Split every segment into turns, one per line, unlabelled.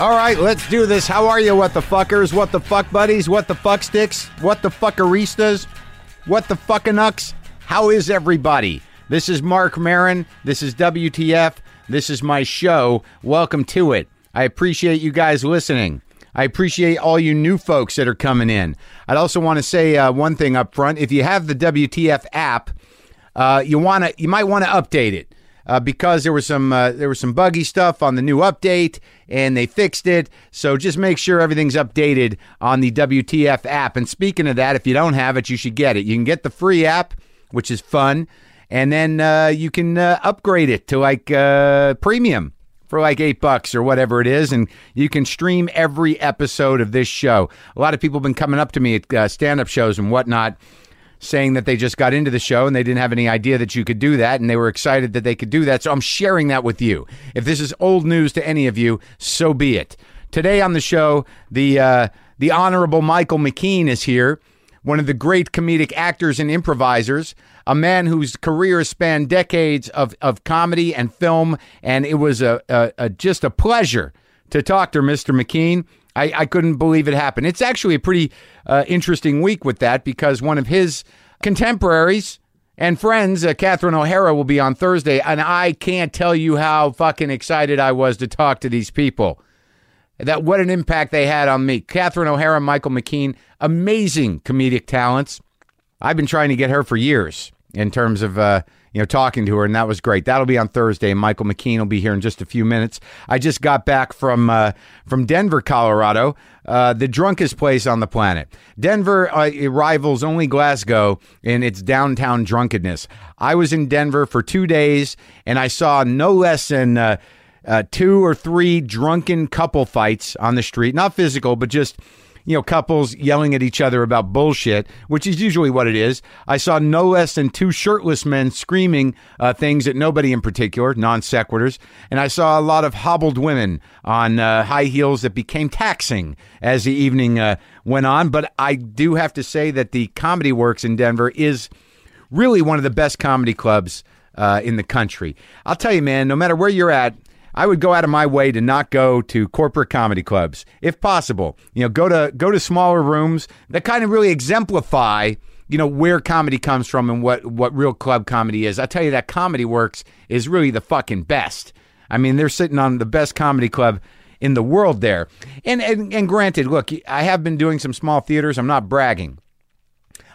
All right, let's do this. How are you, what the fuckers? What the fuck buddies? What the fuck sticks? What the fuckeristas? What the fuckinucks? How is everybody? This is Mark Marin. This is WTF. This is my show. Welcome to it. I appreciate you guys listening. I appreciate all you new folks that are coming in. I'd also want to say uh, one thing up front. If you have the WTF app, uh, you want to you might want to update it uh, because there was some uh, there was some buggy stuff on the new update and they fixed it. So just make sure everything's updated on the WTF app. And speaking of that, if you don't have it, you should get it. You can get the free app, which is fun, and then uh, you can uh, upgrade it to like uh, premium for like eight bucks or whatever it is, and you can stream every episode of this show. A lot of people have been coming up to me at uh, stand up shows and whatnot saying that they just got into the show and they didn't have any idea that you could do that and they were excited that they could do that. So I'm sharing that with you. If this is old news to any of you, so be it. Today on the show, the uh, the honorable Michael McKean is here, one of the great comedic actors and improvisers, a man whose career spanned decades of, of comedy and film, and it was a, a, a just a pleasure to talk to Mr. McKean. I, I couldn't believe it happened. It's actually a pretty uh, interesting week with that because one of his contemporaries and friends, uh, Catherine O'Hara, will be on Thursday. And I can't tell you how fucking excited I was to talk to these people that what an impact they had on me. Catherine O'Hara, Michael McKean, amazing comedic talents. I've been trying to get her for years in terms of uh, you know talking to her, and that was great. That'll be on Thursday. Michael McKean will be here in just a few minutes. I just got back from uh, from Denver, Colorado, uh, the drunkest place on the planet. Denver uh, it rivals only Glasgow in its downtown drunkenness. I was in Denver for two days, and I saw no less than. Uh, uh, two or three drunken couple fights on the street. Not physical, but just, you know, couples yelling at each other about bullshit, which is usually what it is. I saw no less than two shirtless men screaming uh, things at nobody in particular, non sequiturs. And I saw a lot of hobbled women on uh, high heels that became taxing as the evening uh, went on. But I do have to say that the Comedy Works in Denver is really one of the best comedy clubs uh, in the country. I'll tell you, man, no matter where you're at, I would go out of my way to not go to corporate comedy clubs if possible. You know, go to go to smaller rooms that kind of really exemplify you know where comedy comes from and what what real club comedy is. I tell you that Comedy Works is really the fucking best. I mean, they're sitting on the best comedy club in the world there. And and, and granted, look, I have been doing some small theaters. I'm not bragging.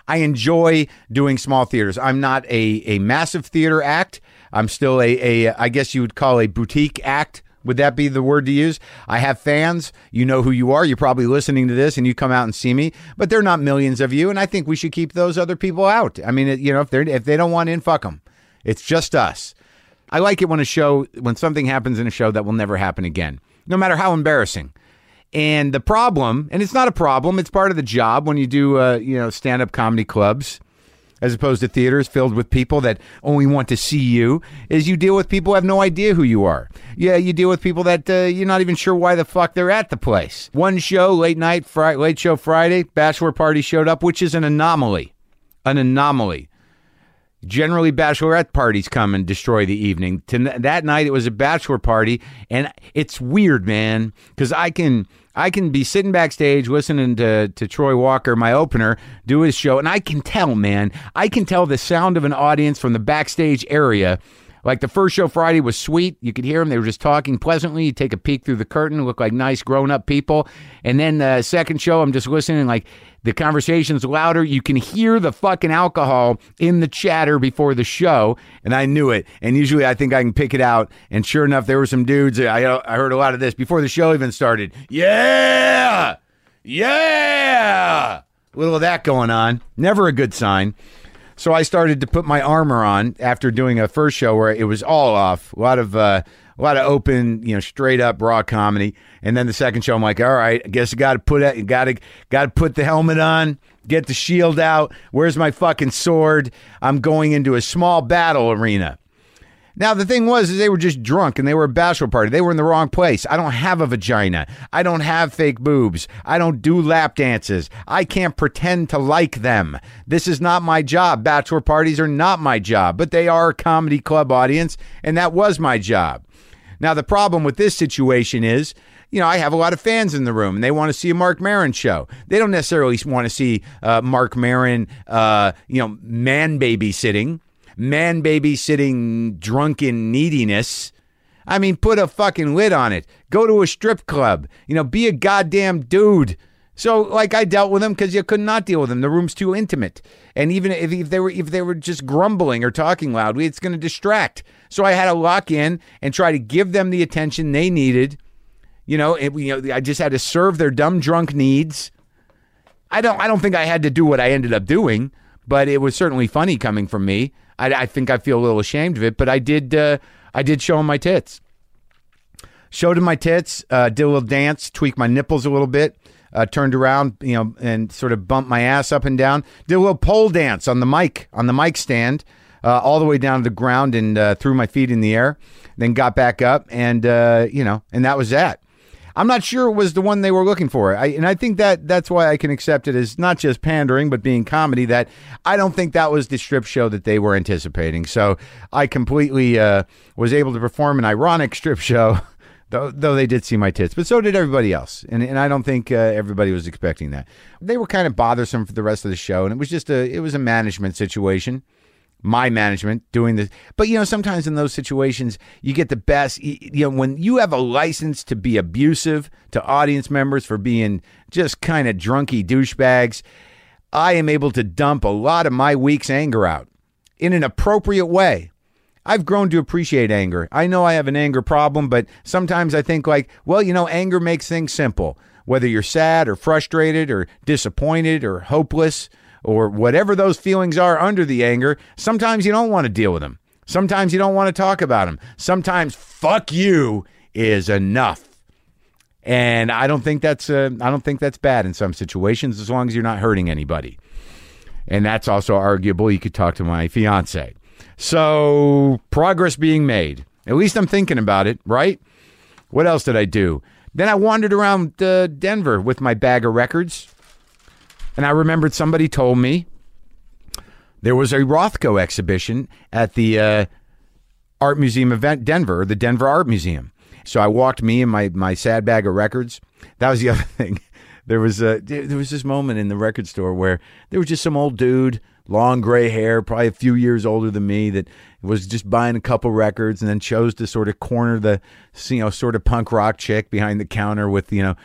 I enjoy doing small theaters. I'm not a, a massive theater act. I'm still a, a, I guess you would call a boutique act. Would that be the word to use? I have fans. You know who you are. You're probably listening to this and you come out and see me, but they're not millions of you. And I think we should keep those other people out. I mean, it- you know, if they're, if they don't want in, fuck them. It's just us. I like it when a show, when something happens in a show that will never happen again, no matter how embarrassing. And the problem, and it's not a problem, it's part of the job when you do, uh, you know, stand up comedy clubs, as opposed to theaters filled with people that only want to see you, is you deal with people who have no idea who you are. Yeah, you deal with people that uh, you're not even sure why the fuck they're at the place. One show, late night, Friday, late show Friday, Bachelor Party showed up, which is an anomaly. An anomaly generally bachelorette parties come and destroy the evening. To, that night it was a bachelor party, and it's weird, man, because I can I can be sitting backstage listening to to Troy Walker, my opener, do his show, and I can tell, man, I can tell the sound of an audience from the backstage area. Like the first show Friday was sweet. You could hear them. They were just talking pleasantly. You take a peek through the curtain, look like nice grown up people. And then the second show, I'm just listening. Like the conversation's louder. You can hear the fucking alcohol in the chatter before the show. And I knew it. And usually I think I can pick it out. And sure enough, there were some dudes. I, I heard a lot of this before the show even started. Yeah. Yeah. Little of that going on. Never a good sign. So I started to put my armor on after doing a first show where it was all off, a lot of uh, a lot of open, you know, straight up raw comedy. And then the second show, I'm like, all right, I guess I got to put it, got to got to put the helmet on, get the shield out. Where's my fucking sword? I'm going into a small battle arena. Now the thing was is they were just drunk and they were a bachelor party. They were in the wrong place. I don't have a vagina. I don't have fake boobs. I don't do lap dances. I can't pretend to like them. This is not my job. Bachelor parties are not my job, but they are a comedy club audience and that was my job. Now the problem with this situation is you know, I have a lot of fans in the room and they want to see a Mark Marin show. They don't necessarily want to see uh, Mark Marin, uh, you know, man babysitting, man babysitting drunken neediness. I mean, put a fucking lid on it. Go to a strip club. You know, be a goddamn dude. So, like, I dealt with them because you could not deal with them. The room's too intimate, and even if, if they were if they were just grumbling or talking loudly, it's going to distract. So I had to lock in and try to give them the attention they needed. You know, it, you know, I just had to serve their dumb drunk needs. I don't I don't think I had to do what I ended up doing, but it was certainly funny coming from me. I, I think I feel a little ashamed of it, but I did uh, I did show them my tits. Showed him my tits, uh, did a little dance, tweaked my nipples a little bit, uh, turned around, you know, and sort of bumped my ass up and down. Did a little pole dance on the mic, on the mic stand, uh, all the way down to the ground and uh, threw my feet in the air. Then got back up and, uh, you know, and that was that. I'm not sure it was the one they were looking for. I, and I think that that's why I can accept it as not just pandering, but being comedy. That I don't think that was the strip show that they were anticipating. So I completely uh, was able to perform an ironic strip show, though, though they did see my tits, but so did everybody else. And, and I don't think uh, everybody was expecting that. They were kind of bothersome for the rest of the show, and it was just a it was a management situation my management doing this. But you know, sometimes in those situations, you get the best. y- You know, when you have a license to be abusive to audience members for being just kind of drunky douchebags, I am able to dump a lot of my week's anger out in an appropriate way. I've grown to appreciate anger. I know I have an anger problem, but sometimes I think like, well, you know, anger makes things simple. Whether you're sad or frustrated or disappointed or hopeless or whatever those feelings are under the anger, sometimes you don't want to deal with them. Sometimes you don't want to talk about them. Sometimes fuck you is enough. And I don't think that's uh, I don't think that's bad in some situations as long as you're not hurting anybody and that's also arguable. You could talk to my fiance. So progress being made. At least I'm thinking about it, right? What else did I do? Then I wandered around uh, Denver with my bag of records, and I remembered somebody told me there was a Rothko exhibition at the uh, Art Museum event, Denver, the Denver Art Museum. So I walked me and my my sad bag of records. That was the other thing. There was a there was this moment in the record store where there was just some old dude, long gray hair, probably a few years older than me, that was just buying a couple records and then chose to sort of corner the you know sort of punk rock chick behind the counter with you know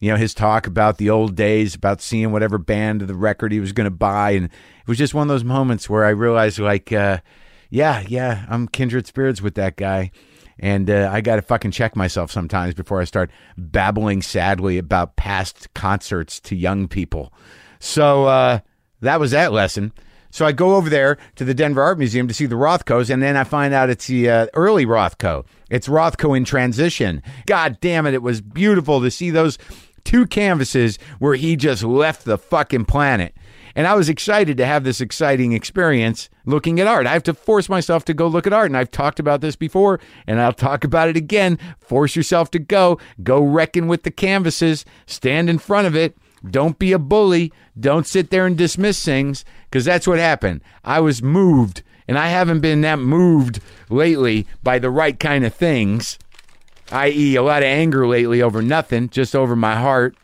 you know his talk about the old days about seeing whatever band of the record he was going to buy and it was just one of those moments where i realized like uh, yeah yeah i'm kindred spirits with that guy and uh, i gotta fucking check myself sometimes before i start babbling sadly about past concerts to young people so uh, that was that lesson so I go over there to the Denver Art Museum to see the Rothkos, and then I find out it's the uh, early Rothko. It's Rothko in transition. God damn it, it was beautiful to see those two canvases where he just left the fucking planet. And I was excited to have this exciting experience looking at art. I have to force myself to go look at art. And I've talked about this before, and I'll talk about it again. Force yourself to go. Go reckon with the canvases. Stand in front of it. Don't be a bully. Don't sit there and dismiss things because that's what happened. I was moved, and I haven't been that moved lately by the right kind of things, i.e., a lot of anger lately over nothing, just over my heart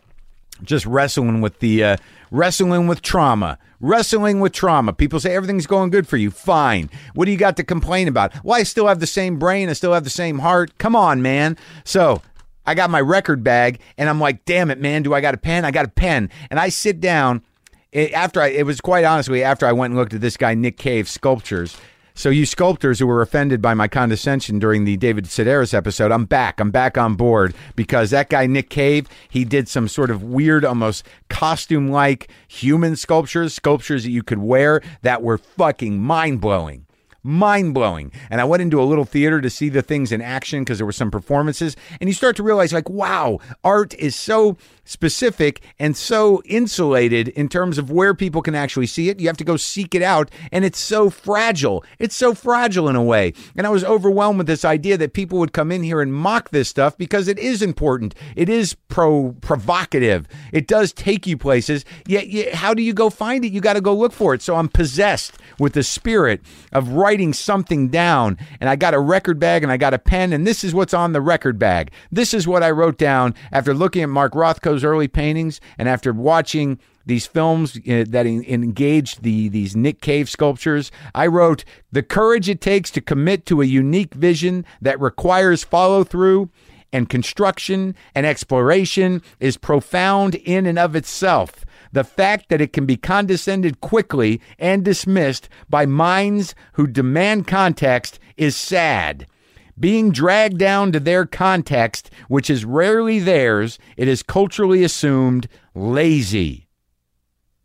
just wrestling with the uh, wrestling with trauma wrestling with trauma people say everything's going good for you fine what do you got to complain about well i still have the same brain i still have the same heart come on man so i got my record bag and i'm like damn it man do i got a pen i got a pen and i sit down it, after I, it was quite honestly after I went and looked at this guy Nick Cave sculptures. So you sculptors who were offended by my condescension during the David Sedaris episode, I'm back. I'm back on board because that guy Nick Cave, he did some sort of weird, almost costume-like human sculptures, sculptures that you could wear that were fucking mind-blowing mind blowing. And I went into a little theater to see the things in action because there were some performances. And you start to realize, like, wow, art is so specific and so insulated in terms of where people can actually see it. You have to go seek it out. And it's so fragile. It's so fragile in a way. And I was overwhelmed with this idea that people would come in here and mock this stuff because it is important. It is pro provocative. It does take you places. Yet, yet how do you go find it? You got to go look for it. So I'm possessed with the spirit of right writing something down and I got a record bag and I got a pen and this is what's on the record bag. This is what I wrote down after looking at Mark Rothko's early paintings and after watching these films uh, that en- engaged the these Nick Cave sculptures. I wrote the courage it takes to commit to a unique vision that requires follow through and construction and exploration is profound in and of itself. The fact that it can be condescended quickly and dismissed by minds who demand context is sad. Being dragged down to their context, which is rarely theirs, it is culturally assumed lazy.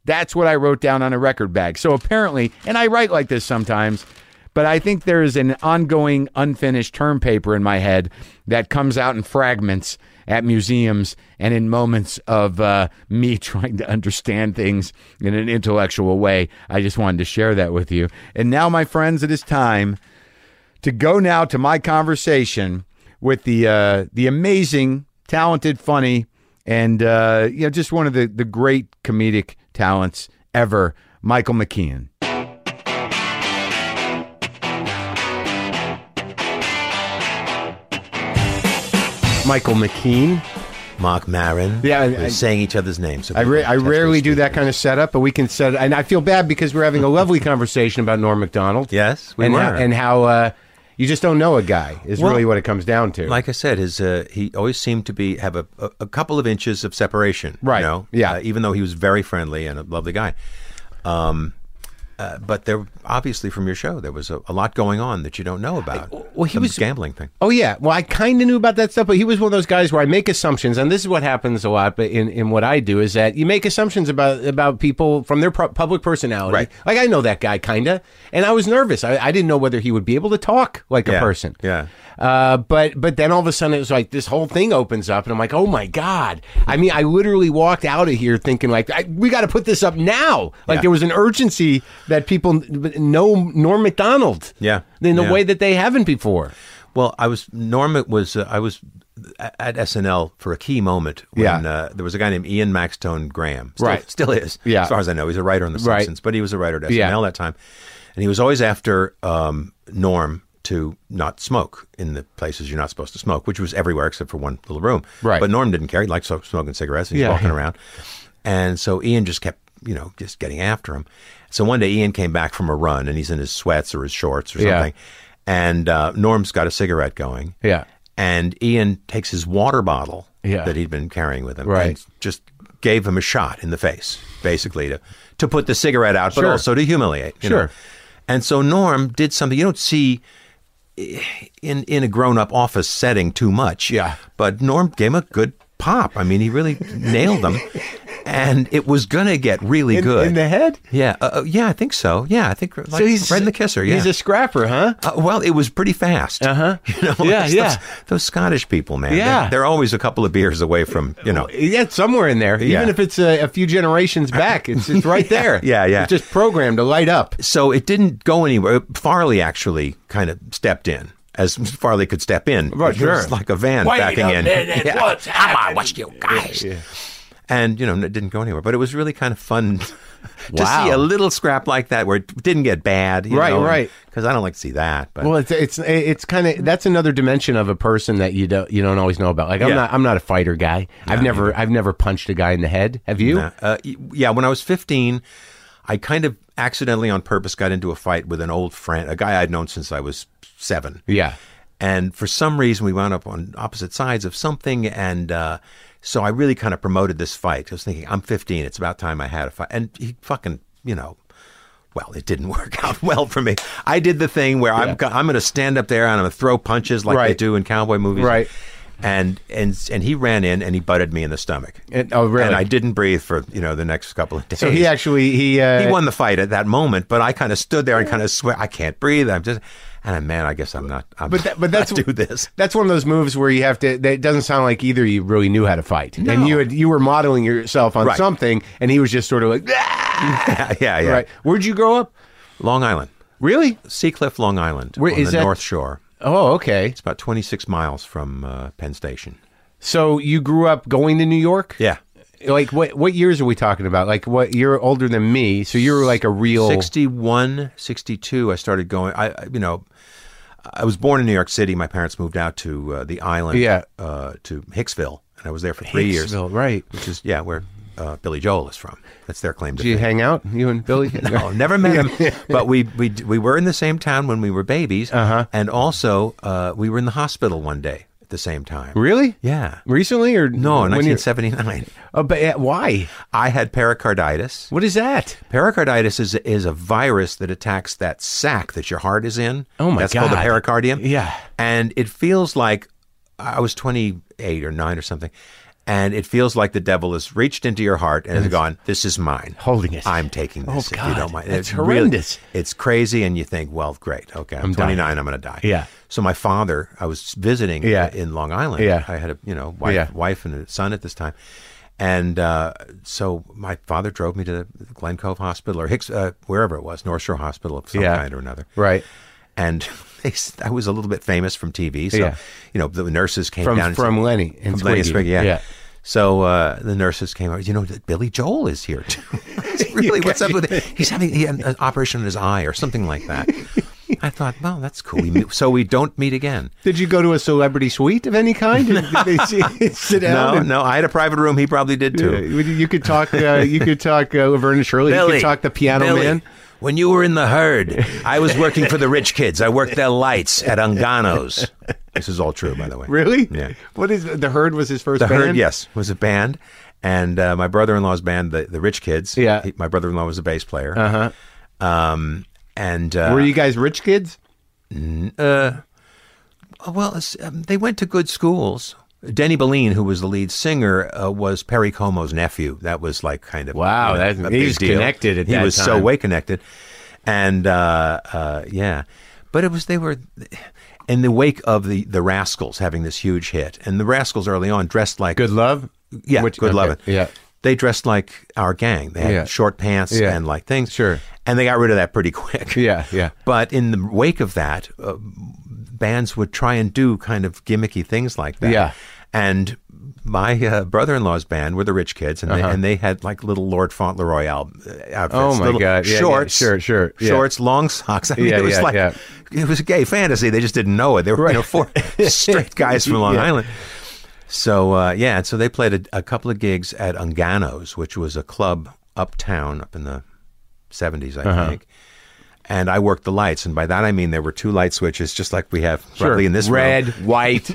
That's what I wrote down on a record bag. So apparently, and I write like this sometimes, but I think there is an ongoing unfinished term paper in my head that comes out in fragments at museums and in moments of uh, me trying to understand things in an intellectual way. I just wanted to share that with you. And now, my friends, it is time to go now to my conversation with the uh, the amazing, talented, funny, and uh, you know just one of the the great comedic talents ever, Michael McKean.
Michael McKean, Mark Marin.
Yeah, I-
we're
I-
saying each other's names. So
I,
we
ra-
can
I
test
rarely
those
do
two.
that kind of setup, but we can set. And I feel bad because we're having a lovely conversation about Norm Macdonald.
Yes, we
and
were.
How, and how uh, you just don't know a guy is
Well,
really what it comes down to.
Like I said, his uh, he always seemed to be have a, a, a couple of inches of separation.
Right,
You know?
yeah.
Uh, even though he was very friendly and a lovely guy. Um, uh, but there, obviously, from your show, there was a, a lot going on that you don't know about.
well, he
the
was-
gambling thing.
Oh yeah, well I kind of knew about that stuff, but he was one of those guys where I make assumptions, and this is what happens a lot. But in, in what I do is that you make assumptions about about people from their pro- public personality.
Right.
Like I know that guy kinda, and I was nervous. I, I didn't know whether he would be able to talk like a
Yeah,
person.
yeah.
Uh, but but then all of a sudden it was like this whole thing opens up, and I'm like, oh my god. I mean, I literally walked out of here thinking like I, we got to put this up now. Like
Yeah.
there was an urgency that people n- know Norm Macdonald.
Yeah,
In the
yeah.
way that they haven't before.
Well, I was Norma was uh, I was a- at SNL for a key moment when
Yeah.
uh, there was a guy named Ian Maxtone Graham. Still,
Right.
still is.
Yeah.
as far as I know, he's a writer on The
Right.
Simpsons, but he was a writer at SNL
Yeah.
that time, and he was always after um, Norm to not smoke in the places you're not supposed to smoke, which was everywhere except for one little room.
Right.
But Norm didn't care; he liked so- smoking cigarettes. And he's
Yeah.
walking around, and so Ian just kept. You know, just getting after him. So one day Ian came back from a run and he's in his sweats or his shorts or
Yeah.
something. And uh, Norm's got a cigarette going.
Yeah.
And Ian takes his water bottle
Yeah.
that he'd been carrying with him
Right.
and just gave him a shot in the face, basically, to, to put the cigarette out, but
Sure.
also to humiliate. you know.
Sure.
And so Norm did something you don't see in, in a grown up office setting too much.
Yeah.
But Norm gave him a good pop. I mean, he really nailed him. And it was going to get really good.
in the head.
yeah. Uh, uh, yeah, I think so. Yeah, I think like, right in the kisser. Yeah.
He's a scrapper, huh?
Uh, well, it was pretty fast. Uh huh. You know,
Uh-huh. Yeah,
those,
yeah.
Those Scottish people, man. they-
Yeah.
They're, always a couple of beers away from, you know.
Yeah, it's somewhere in there.
Yeah.
Even if it's a, a few generations back, it's, it's right there.
Yeah, yeah.
It's just programmed to light up.
So it didn't go anywhere. Farley actually kind of stepped in. As Farley could step in,
Right,
It was
sure.
like a van backing in. Yeah.
Come on, what's you guys?
and you know it didn't go anywhere but it was really kind of fun to
Wow.
see a little scrap like that where it didn't get bad you
Right, right.
because i don't like to see that but
Well, it's it's it's kind of that's another dimension of a person that you don't you don't always know about. Like I'm
Yeah.
not I'm not a fighter guy. I've never I've never punched a guy in the head. Have you?
yeah. Uh, y- yeah when i was 15 i kind of accidentally on purpose got into a fight with an old friend a guy i'd known since i was seven
Yeah.
and for some reason we wound up on opposite sides of something and uh, so i really kind of promoted this fight i was thinking i'm 15 it's about time i had a fight and he fucking you know well it didn't work out well for me i did the thing where i'm, go- I'm going to stand up there and i'm going to throw punches like they
Right.
do in cowboy movies
Right.
and and and he ran in and he butted me in the stomach
And- oh, really?
and i didn't breathe for you know the next couple of days
So he actually he uh,
he won the fight at that moment, but I kind of stood there and kind of swear I can't breathe. I'm just, and I- man, I guess I'm not. I'm
But that- but that's-
not do this.
That's one of those moves where you have to. That it doesn't sound like either you really knew how to fight, and you had you were modeling yourself on
Right.
something, and he was just sort of like,
yeah, yeah, yeah.
right. Where'd you grow up?
Long Island,
Really?
Sea Cliff, Long Island,
Where
on
is
the
that?
North Shore.
Oh, okay.
It's about 26 miles from uh, Penn Station.
So you grew up going to New York?
Yeah,
like what what years are we talking about? Like what you're older than me, so you're like a real
61, 62, I started going. I, I- you know, I was born in New York City. My parents moved out to uh, the island,
Yeah.
uh, to Hicksville, and I was there for three years,
Hicksville, right?
which is yeah, where uh, Billy Joel is from. That's their claim to
Do you oh,
fame.
hang out, you and Billy?
No, never met him, but we, we we were in the same town when we were babies, uh-huh. and also uh, we were in the hospital one day at the same time.
Really?
Yeah.
Recently or
No, in
when you-
1979,
Oh, but uh, why?
I had pericarditis.
What is that?
Pericarditis is is a virus that attacks that sac that your heart is in.
Oh, my
That's called
God.
the pericardium.
Yeah.
and it feels like I was twenty eight or nine or something, and it feels like the devil has reached into your heart and has gone. This is mine.
Holding it. Oh,
I'm taking this. if you
God.
don't mind.
That's
really-
horrendous.
it's crazy, and you think, well, great. Okay, I'm,
I'm dying.
29. I'm going to die.
Yeah.
So my father, I was visiting
Yeah.
in Long Island.
Yeah.
I had a you know wife,
Yeah.
wife and a son at this time, and uh, so my father drove me to the Glen Cove Hospital or Hicks, uh, wherever it was, North Shore Hospital of some
Yeah.
kind or another.
Right.
And they, s- I was a little bit famous from TV, so
Yeah.
you know the nurses came
From
down and
from
said-
Lenny and
from Lenny and
Squiggy.
Squiggy, yeah. So uh, the nurses came out. You know, that Billy Joel is here too. It's really, what's up with it? He's having he had an operation on his eye or something like that. I thought, well, that's cool. We meet, so we don't meet again.
Did you go to a celebrity suite of any kind? Did they see- sit down?
No,
and-
no, I had a private room. He probably did
Yeah,
too.
You you could talk. Uh, you could talk uh, Laverne and Shirley. you could talk the piano
Billy,
man.
When you were in the herd, I was working for the rich kids. I worked their lights at Ungano's. This is all true, by the way.
Really?
Yeah.
What is the herd? Was his first
The
band?
Herd, yes, was a band, and uh, my brother-in-law's band, the the Rich Kids.
Yeah. Uh-huh.
he, my brother-in-law was a bass player. Uh huh. Um, and uh,
Were you guys rich kids?
well, it's, um, they went to good schools. Denny Baleen, who was the lead singer, uh, was Perry Como's nephew. That was like kind of
Wow,
you know,
that's-
a
he
big
was
deal.
connected at
He
that
was so
time.
way connected, and uh, uh, yeah, but it was they were in the wake of the the Rascals having this huge hit, and the Rascals early on dressed like
Good love.
yeah, good
okay,
loving.
Yeah.
They dressed like our gang. They had
Yeah.
short pants
Yeah.
and like things.
Sure.
And they got rid of that pretty quick.
Yeah, yeah.
But in the wake of that, uh, bands would try and do kind of gimmicky things like that.
Yeah.
And my uh, brother-in-law's band were the Rich Kids, and, they, and they had like little Lord Fauntleroy al- uh, outfits.
Uh-huh. Oh, my
little
God. Yeah, yeah,
Shorts,
sure, sure, yeah.
shorts, long socks. I mean,
Yeah,
it was
yeah,
like
yeah.
it was gay fantasy. They just didn't know it. They were you know four straight guys from Long
Yeah.
Island. So uh, yeah, and so they played a, a couple of gigs at Ungano's, which was a club uptown up in the seventies, I
Uh-huh.
think. And I worked the lights, and by that I mean there were two light switches, just like we have probably in this room.
red, white,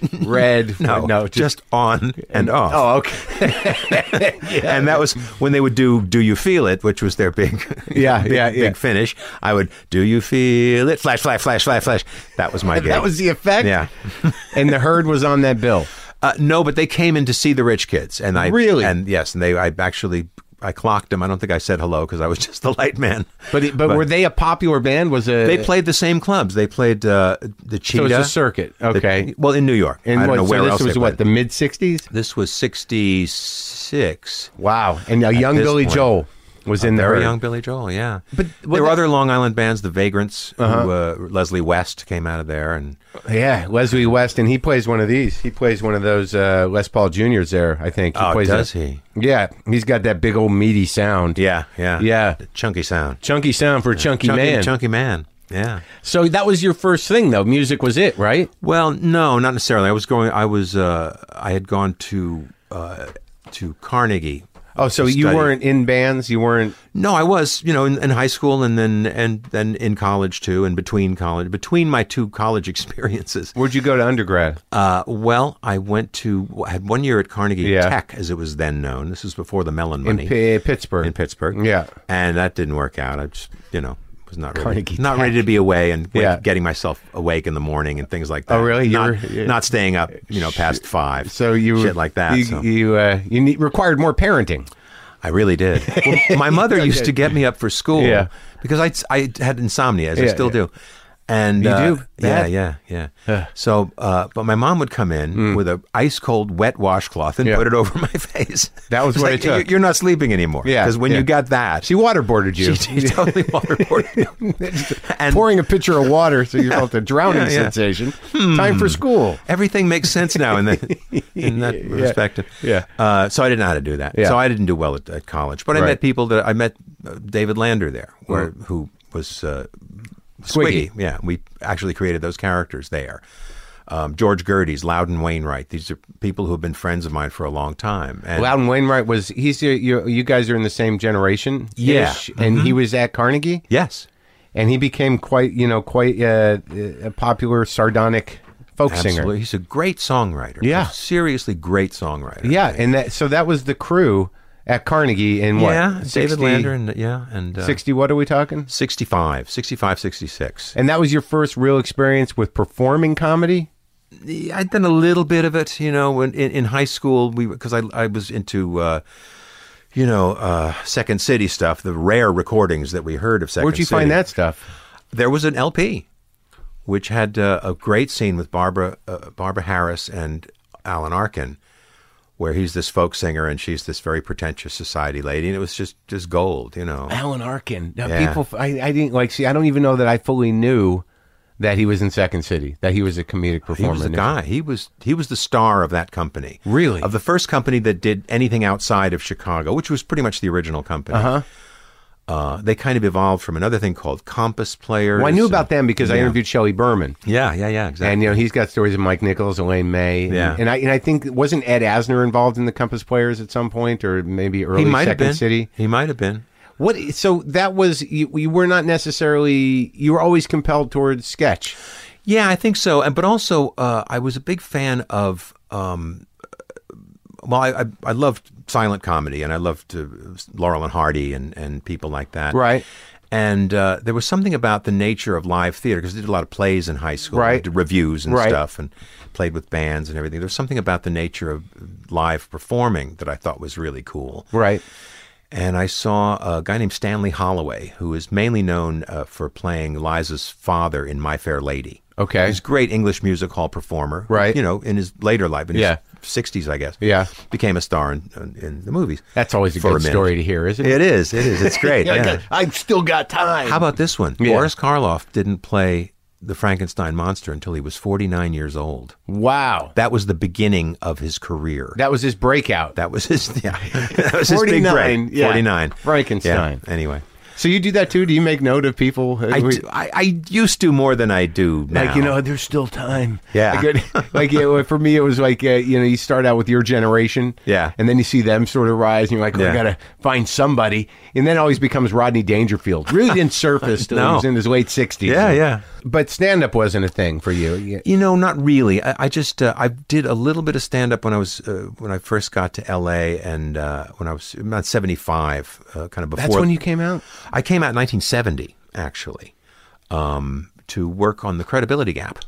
red.
No,
no,
just, on and off.
Oh, okay.
And that was when they would do "Do You Feel It," which was their big,
Yeah,
big,
yeah, yeah.
big finish. I would "Do You Feel It?" Flash, flash, flash, flash, flash. That was my gig.
that was the effect.
Yeah.
and the herd was on that bill.
Uh, no, but they came in to see the rich kids, and I
Really?
and yes, and they I actually I clocked them. I don't think I said hello because I was just the light man.
But, it, but were they a popular band? Was a
They played the same clubs. They played uh, the
so
Cheetah.
it's a circuit.
the-
Okay.
well, in New York.
and
I don't
what,
know
so
where
this
else
was
they
what the
played.
mid '60s.
this was sixty six.
Wow. And a young
this
Billy
point.
Joel was in the
Very
herd.
young Billy Joel, yeah.
But- Uh-huh.
there
well,
were
that-
other Long Island bands, the Vagrants, who, uh, Leslie West came out of there, and
Yeah, Leslie West, and he plays one of these. He plays one of those uh, Les Paul Juniors. There, I think. He
Oh,
plays
does
that-
he?
Yeah, he's got that big old meaty sound.
yeah, yeah,
Yeah.
The chunky sound,
chunky sound for a chunky,
chunky
man.
chunky man, yeah.
So that was your first thing, though. Music was it, right?
Well, no, not necessarily. I was going. I was. Uh, I had gone to uh, to Carnegie.
Oh, so
to
you
study.
weren't in bands. You weren't.
No, I was. You know, in, in high school, and then and then in college too, and between college, between my two college experiences.
Where'd you go to undergrad?
Uh, well, I went to I had one year at Carnegie
Yeah.
Tech, as it was then known. This was before the Mellon
in
money
P- uh, Pittsburgh.
in Pittsburgh.
Yeah.
and that didn't work out. I just, you know. Was not ready,
Carnegie
not
Tech.
ready to be away and wake-
Yeah. Oh,
getting myself awake in the morning and things like that.
really? You
Not,
were- yeah.
not staying up, you know, past five.
So you
shit
were-
like that.
You
so.
you, uh, you need, required more parenting.
I really did. Well, my mother used to get me up for school
Yeah.
because I, I had insomnia, as I
Yeah,
still
yeah.
do. And
You
uh,
do?
yeah,
Bad.
yeah, yeah. So, uh, but my mom would come in with a ice cold wet washcloth and
Mm. Yeah.
put it over my face.
That was
It's
what
like,
it took.
"You- You're not sleeping anymore.
Yeah,
because when
yeah.
you got that,
She waterboarded you.
she totally waterboarded me. and
pouring a pitcher of water so you felt a drowning
Yeah, yeah.
sensation. Time for school.
everything makes sense now in that in that perspective.
Yeah.
Uh, so I didn't know how to do that.
Yeah.
So I didn't do well at, at college, but I
Right. Mm.
met people that I met uh, David Lander there, where who was uh, Squiggy. Yeah, we actually created those characters there. Um, George Gerdes, Loudon Wainwright. These are people who have been friends of mine for a long time. And
Loudon Wainwright was he's your, your, you guys are in the same generation.
Yeah.
and he was at Carnegie,
yes,
and he became quite you know quite uh, a popular sardonic folk
absolutely.
singer.
He's a great songwriter.
Yeah.
A seriously great songwriter.
Yeah, and that so that was the crew at Carnegie in what?
Yeah,
60
David Lander and yeah, and uh,
Sixty. What are we talking?
65, 65, 66.
And that was your first real experience with performing comedy.
I'd done a little bit of it, you know, in, in, in high school. We because I I was into. Uh, you know, uh, Second City stuff, the rare recordings that we heard of Second
Where'd you
City.
find that stuff?
There was an LP, which had uh, a great scene with Barbara uh, Barbara Harris and Alan Arkin, where he's this folk singer and she's this very pretentious society lady, and it was just just gold, you know.
Alan Arkin. Now,
Yeah.
People, I, I didn't like. See, I don't even know that I fully knew that he was in Second City. That he was a comedic performer.
He was the
initially.
guy. He was he was the star of that company.
Really?
of the first company that did anything outside of Chicago, which was pretty much the original company. Uh-huh. They kind of evolved from another thing called Compass Players.
Well, I knew about
that.
them because I interviewed Shelley Berman,
Yeah, yeah, yeah, exactly.
and you know he's got stories of Mike Nichols, Elaine May, and,
Yeah.
and I and I think wasn't Ed Asner involved in the Compass Players at some point, or maybe early
he might have
Second
been.
City.
He might have been.
What? So that was you, you were not necessarily you were always compelled towards sketch.
Yeah, I think so. And but also, uh, I was a big fan of. Um, well, I, I I loved silent comedy, and I loved uh, Laurel and Hardy and and people like that.
Right.
And uh, there was something about the nature of live theater because I did a lot of plays in high school,
Right.
I did reviews and
Right.
stuff, and played with bands and everything. There was something about the nature of live performing that I thought was really cool
Right.
and I saw a guy named Stanley Holloway, who is mainly known uh, for playing Liza's father in My Fair Lady.
Okay.
he's a great English music hall performer.
Right.
you know, in his later life, in
Yeah.
his sixties, I guess.
Yeah.
became a star in, in, in the movies.
That's always a
For a
good
minute.
story to hear, isn't it?
It is. It is. It's great. yeah.
I've still got time.
How about this one?
Yeah.
Boris Karloff didn't play the Frankenstein monster until he was forty nine years old.
wow.
That was the beginning of his career.
That was his breakout.
That was his yeah. That was his big
49,
break.
yeah.
Forty nine.
Frankenstein.
Anyway.
so you do that too? Do you make note of people?
I, do- I, I used to more than I do now.
Like you know, there's still time.
Yeah.
Like, it- like, yeah, well, for me, it was like uh, you know, you start out with your generation.
Yeah.
And then you see them sort of rise, and you're like, oh, I
Yeah.
gotta find somebody. And then it always becomes Rodney Dangerfield. Really didn't surface till he
No.
was in his late 60s.
Yeah, yeah.
But stand up wasn't a thing for you. Yeah.
you know, not really. I, I just uh, I did a little bit of stand up when I was uh, when I first got to L.A. and uh, when I was about seventy five, uh, kind of before.
That's when you came out.
I came out in nineteen seventy actually um, to work on the credibility gap.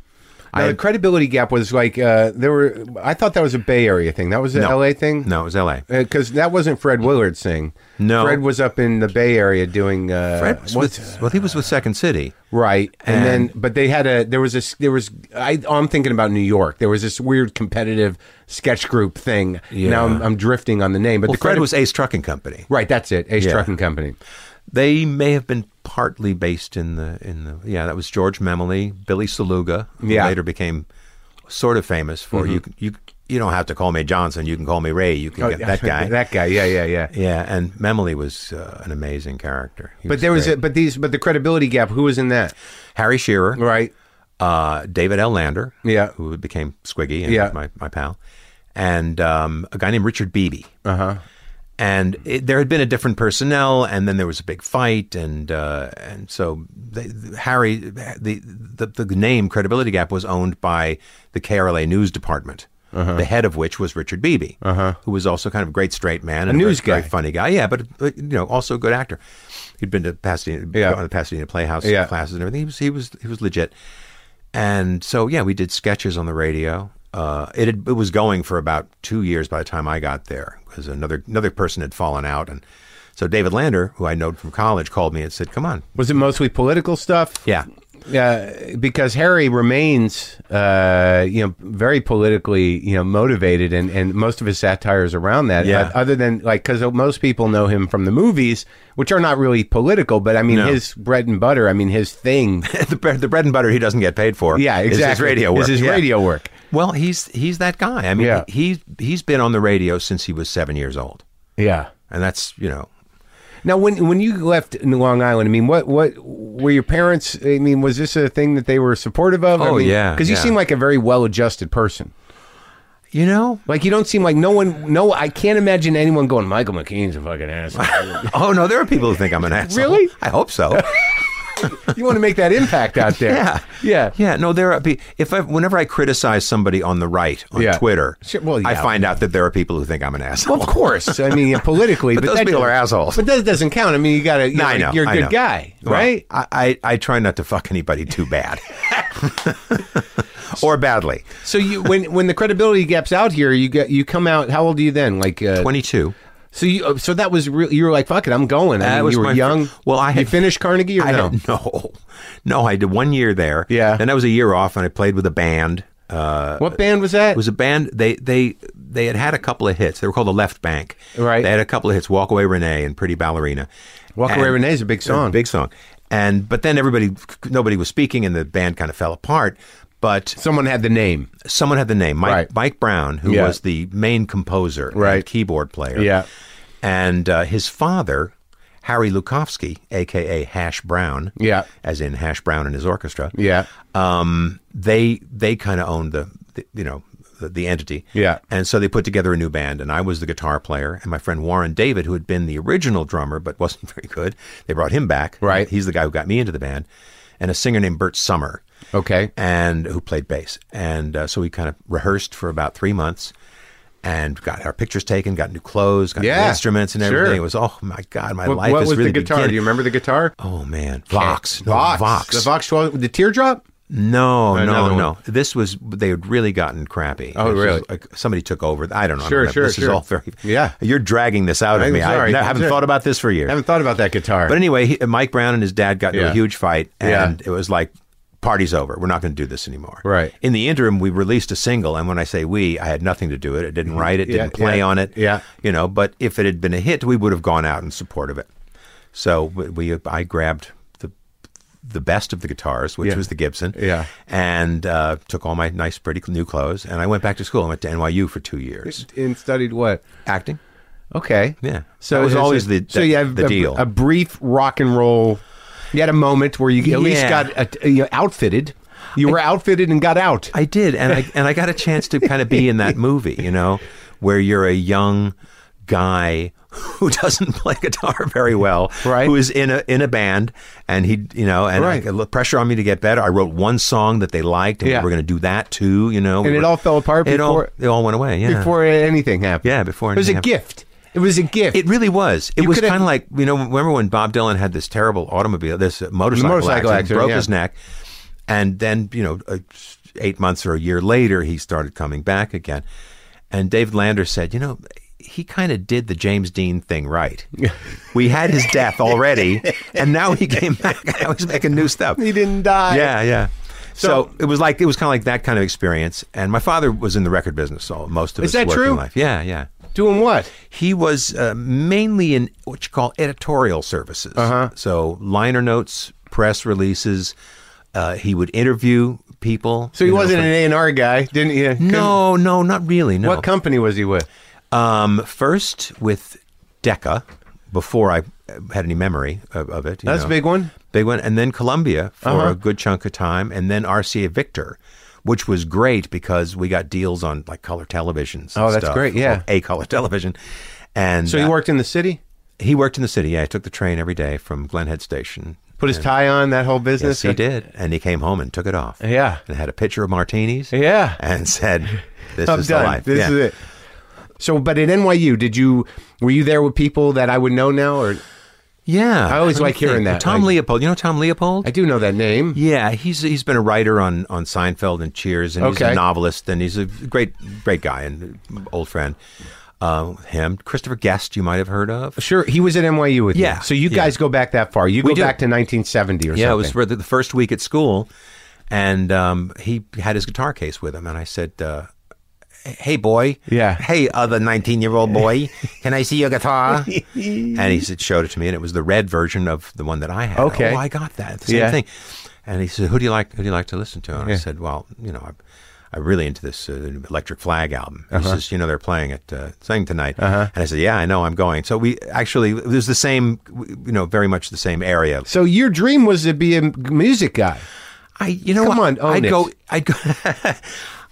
Now, the credibility gap was like uh, there were. I thought that was a Bay Area thing. That was an
No.
LA thing.
No, it was L.A.
because that wasn't Fred Willard's thing.
No.
Fred was up in the Bay Area doing. Uh,
Fred was
what's-
with, well, he was with Second City.
Right, and,
And-
then but they had a there was a there was I oh, I'm thinking about New York. There was this weird competitive sketch group thing. Now I'm, I'm drifting on the name, but
Well,
the
Fred
credit
was Ace Trucking Company.
right. That's it, Ace
Yeah.
Trucking Company.
They may have been partly based in the in the yeah. That was George Memele, Billy Saluga, who
Yeah. Mm-hmm.
later became sort of famous for you. You you don't have to call me Johnson. You can call me Ray. You can get that guy.
that guy. Oh, Yeah, yeah, yeah.
yeah, and Memele was uh, an amazing character. He
But there was a,
great.
but these but the credibility gap. Who was in that?
Harry Shearer,
Right.
uh, David L. Lander,
Yeah.
who became Squiggy, and
Yeah.
my my pal, and um, a guy named Richard Beebe. Uh
Uh-huh.
huh. And it, there had been a different personnel, and then there was a big fight, and uh, and so they, Harry, the, the the name credibility gap was owned by the KRLA news department,
Uh-huh.
the head of which was Richard Beebe, uh-huh. who was also kind of a great straight man, and a
news
very, very
guy.
funny guy, yeah, but, but, you know also a good actor. He'd been to Pasadena,
Yeah.
gone to Pasadena Playhouse
Yeah.
classes and everything. He was he was he was legit. And so yeah, we did sketches on the radio. Uh, it had, it was going for about two years by the time I got there because another another person had fallen out, and so David Lander, who I know from college, called me and said, "Come on,
Was it mostly political stuff?
yeah,
uh, because Harry remains, uh, you know, very politically, you know, motivated, and, and most of his satire is around that.
Yeah.
Uh, other than like, because most people know him from the movies, which are not really political, but I mean,
No.
his bread and butter. I mean, his thing.
the, bre- the bread and butter he doesn't get paid for.
Yeah,
is
exactly.
his radio work.
Is his
Yeah.
radio work.
Well, he's he's that guy. I mean,
Yeah.
he he's been on the radio since he was seven years old,
Yeah.
and that's you know
Now, when when you left Long Island, I mean, what what were your parents? I mean, was this a thing that they were supportive of?
Oh, yeah,
because you
yeah.
seem like a very well adjusted person.
you know.
Like you don't seem like no one. No, I can't imagine anyone going. Michael McKean's a fucking asshole.
Oh no, there are people who think I'm an asshole.
Really?
I hope so.
you want to make that impact out there.
Yeah.
yeah,
Yeah, no, there are. pe- If I, whenever I criticize somebody on the right on
Yeah.
Twitter,
Sure, well,
I
yeah.
find out that there are people who think I'm an asshole.
Well, of course. I mean, yeah, politically,
But
but,
those
that
people
doesn't-
are assholes.
But that doesn't count. I mean, you got to.
I know.
You're a
I
good
know.
guy,
Well,
right?
I, I, I try not to fuck anybody too bad or badly.
So you when when the credibility gaps out here, you get you come out. How old are you then? Like uh,
Twenty two.
So you uh, so that was real. You were like, "Fuck it, I'm going." I
That
mean,
was
you were
my-
young.
well, I
you
had-
finished Carnegie or
I
no?
had- no, no. I did one year there.
Yeah.
and that was a year off, and I played with a band. Uh,
What band was that?
It was a band. They they they had had a couple of hits. They were called the Left Bank.
Right.
They had a couple of hits. Walk Away Renee and Pretty Ballerina.
Walk
And-
Away Renee is a big song.
Big song. And but then everybody nobody was speaking, and the band kind of fell apart. But
Someone had the name.
someone had the name Mike,
Right.
Mike Brown, who
Yeah.
was the main composer
Right.
and keyboard player.
Yeah.
and uh, his father, Harry Lukofsky, aka Hash Brown.
Yeah.
as in Hash Brown and his orchestra.
Yeah.
um, they they kind of owned the, the you know the, the entity.
Yeah.
and so they put together a new band, and I was the guitar player, and my friend Warren David, who had been the original drummer but wasn't very good, they brought him back.
Right.
he's the guy who got me into the band, and a singer named Bert Summer
Okay.
and who played bass. And uh, so we kind of rehearsed for about three months and got our pictures taken, got new clothes, got new
Yeah,
instruments and everything.
sure.
It was, oh my God, my
What,
life
what
is
was
really
the guitar?
begin-
Do you remember the guitar?
Oh man, Vox. No,
Vox.
Vox.
The Vox. 12 The teardrop.
No,
Another
no,
one.
no. This was, they had really gotten crappy.
Oh,
This was
really?
like somebody took over. I don't know. I don't
Sure,
remember.
sure,
This is
sure.
all very,
Yeah.
You're dragging this out of
I'm
me.
sorry.
I ne- haven't
Sure.
thought about this for years.
I haven't thought about that guitar.
But anyway, he, uh, Mike Brown and his dad got into
Yeah.
a huge fight,
Yeah.
and it was like, party's over. We're not going to do this anymore.
Right.
In the interim, we released a single, and when I say we, I had nothing to do with it. I didn't write it,
Mm-hmm. Yeah,
didn't play
yeah,
on it.
yeah.
You know, but if it had been a hit, we would have gone out in support of it. So we, we I grabbed the the best of the guitars, which
Yeah.
was the Gibson.
Yeah.
And uh, took all my nice, pretty new clothes, and I went back to school. I went to NYU for two years.
and studied what?
Acting.
Okay.
Yeah. That was
it's
always
a-
the-
so
the-
you have
the
a,
deal.
A brief rock and roll. You had a moment where you at least
Yeah.
got uh, you outfitted. You were outfitted and got out.
I did, and I and I got a chance to kind of be in that movie, you know, where you're a young guy who doesn't play guitar very well,
Right.
Who is in a in a band, and he, you know, and
Right.
I, the pressure on me to get better. I wrote one song that they liked, and
Yeah.
we were going to do that too, you know. we
And it
were-
all fell apart
It all
before-
it all went away. Yeah,
before anything happened.
Yeah, before
it was a
anything
gift. It was a gift.
It really was. It
You
was
could've-
kind of like you know. Remember when Bob Dylan had this terrible automobile, this uh, motorcycle,
Motorcycle
accident,
accident,
broke
yeah.
his neck, and then you know, uh, eight months or a year later, he started coming back again. And Dave Lander said, you know, he kind of did the James Dean thing right. we had his death already, and now he came back. and Now he's making new stuff.
he didn't die.
Yeah, yeah. So,
So-
it was like it was kind of like that kind of experience. And my father was in the record business, so most of
Is
his
that
working
true?
life. Yeah, yeah.
Doing what?
He was uh, mainly in what you call editorial services.
Uh-huh.
So liner notes, press releases. Uh, he would interview people.
So he
you know,
wasn't
for-
an A and R guy, didn't he? Couldn't-
no, no, not really. No.
What company was he with?
um, first with Decca, before I uh, had any memory of, of it. you
That's a
know.
big one. Uh-huh.
Big one. And then Columbia for a good chunk of time. And then RCA Victor, which was great because we got deals on like color televisions. and
Oh, that's
stuff,
great, yeah.
or A color television. And
So he
uh,
worked in the city,
He worked in the city. Yeah, I took the train every day from Glen Head Station.
put his tie on, that whole
Yes,
business.
he did, and he came home and took it off.
Yeah.
and had a pitcher of martinis.
Yeah.
and said, "This
I'm
is
done.
the life.
This
Yeah.
is it. So, but at NYU, did you were you there with people that I would know now, or
Yeah,
I always
Let me
like hearing
think.
that,
Tom
like-
Leopold. You know Tom Leopold?
I do know that name?
yeah, he's he's been a writer on on Seinfeld and Cheers, and he's
Okay.
a novelist, and he's a great great guy and old friend. Uh, him, Christopher Guest, you might have heard of.
Sure, he was at NYU with you.
Yeah,
So you
yeah.
guys go back that far. You
We
go
do.
back to 1970 or
Yeah, it was
something.
for the, the first week at school, and um, he had his guitar case with him, and I said, uh, "Hey, boy,
Yeah.
hey, other nineteen-year-old boy, can I see your guitar?" and he said, showed it to me, and it was the red version of the one that I had.
Okay.
oh, I got that the same
Yeah.
thing. And he said, "Who do you like? Who do you like to listen to?" And I said, "Well, you know." I'm I'm really into this uh, Electric Flag album. He
Uh-huh.
says, you know, they're playing it, uh, thing tonight. And I said, yeah, I know, I'm going. So we actually, it was the same, you know, very much the same area.
so your dream was to be a m- music guy.
I you know
Come
what?
on, own
I'd
it.
go I'd go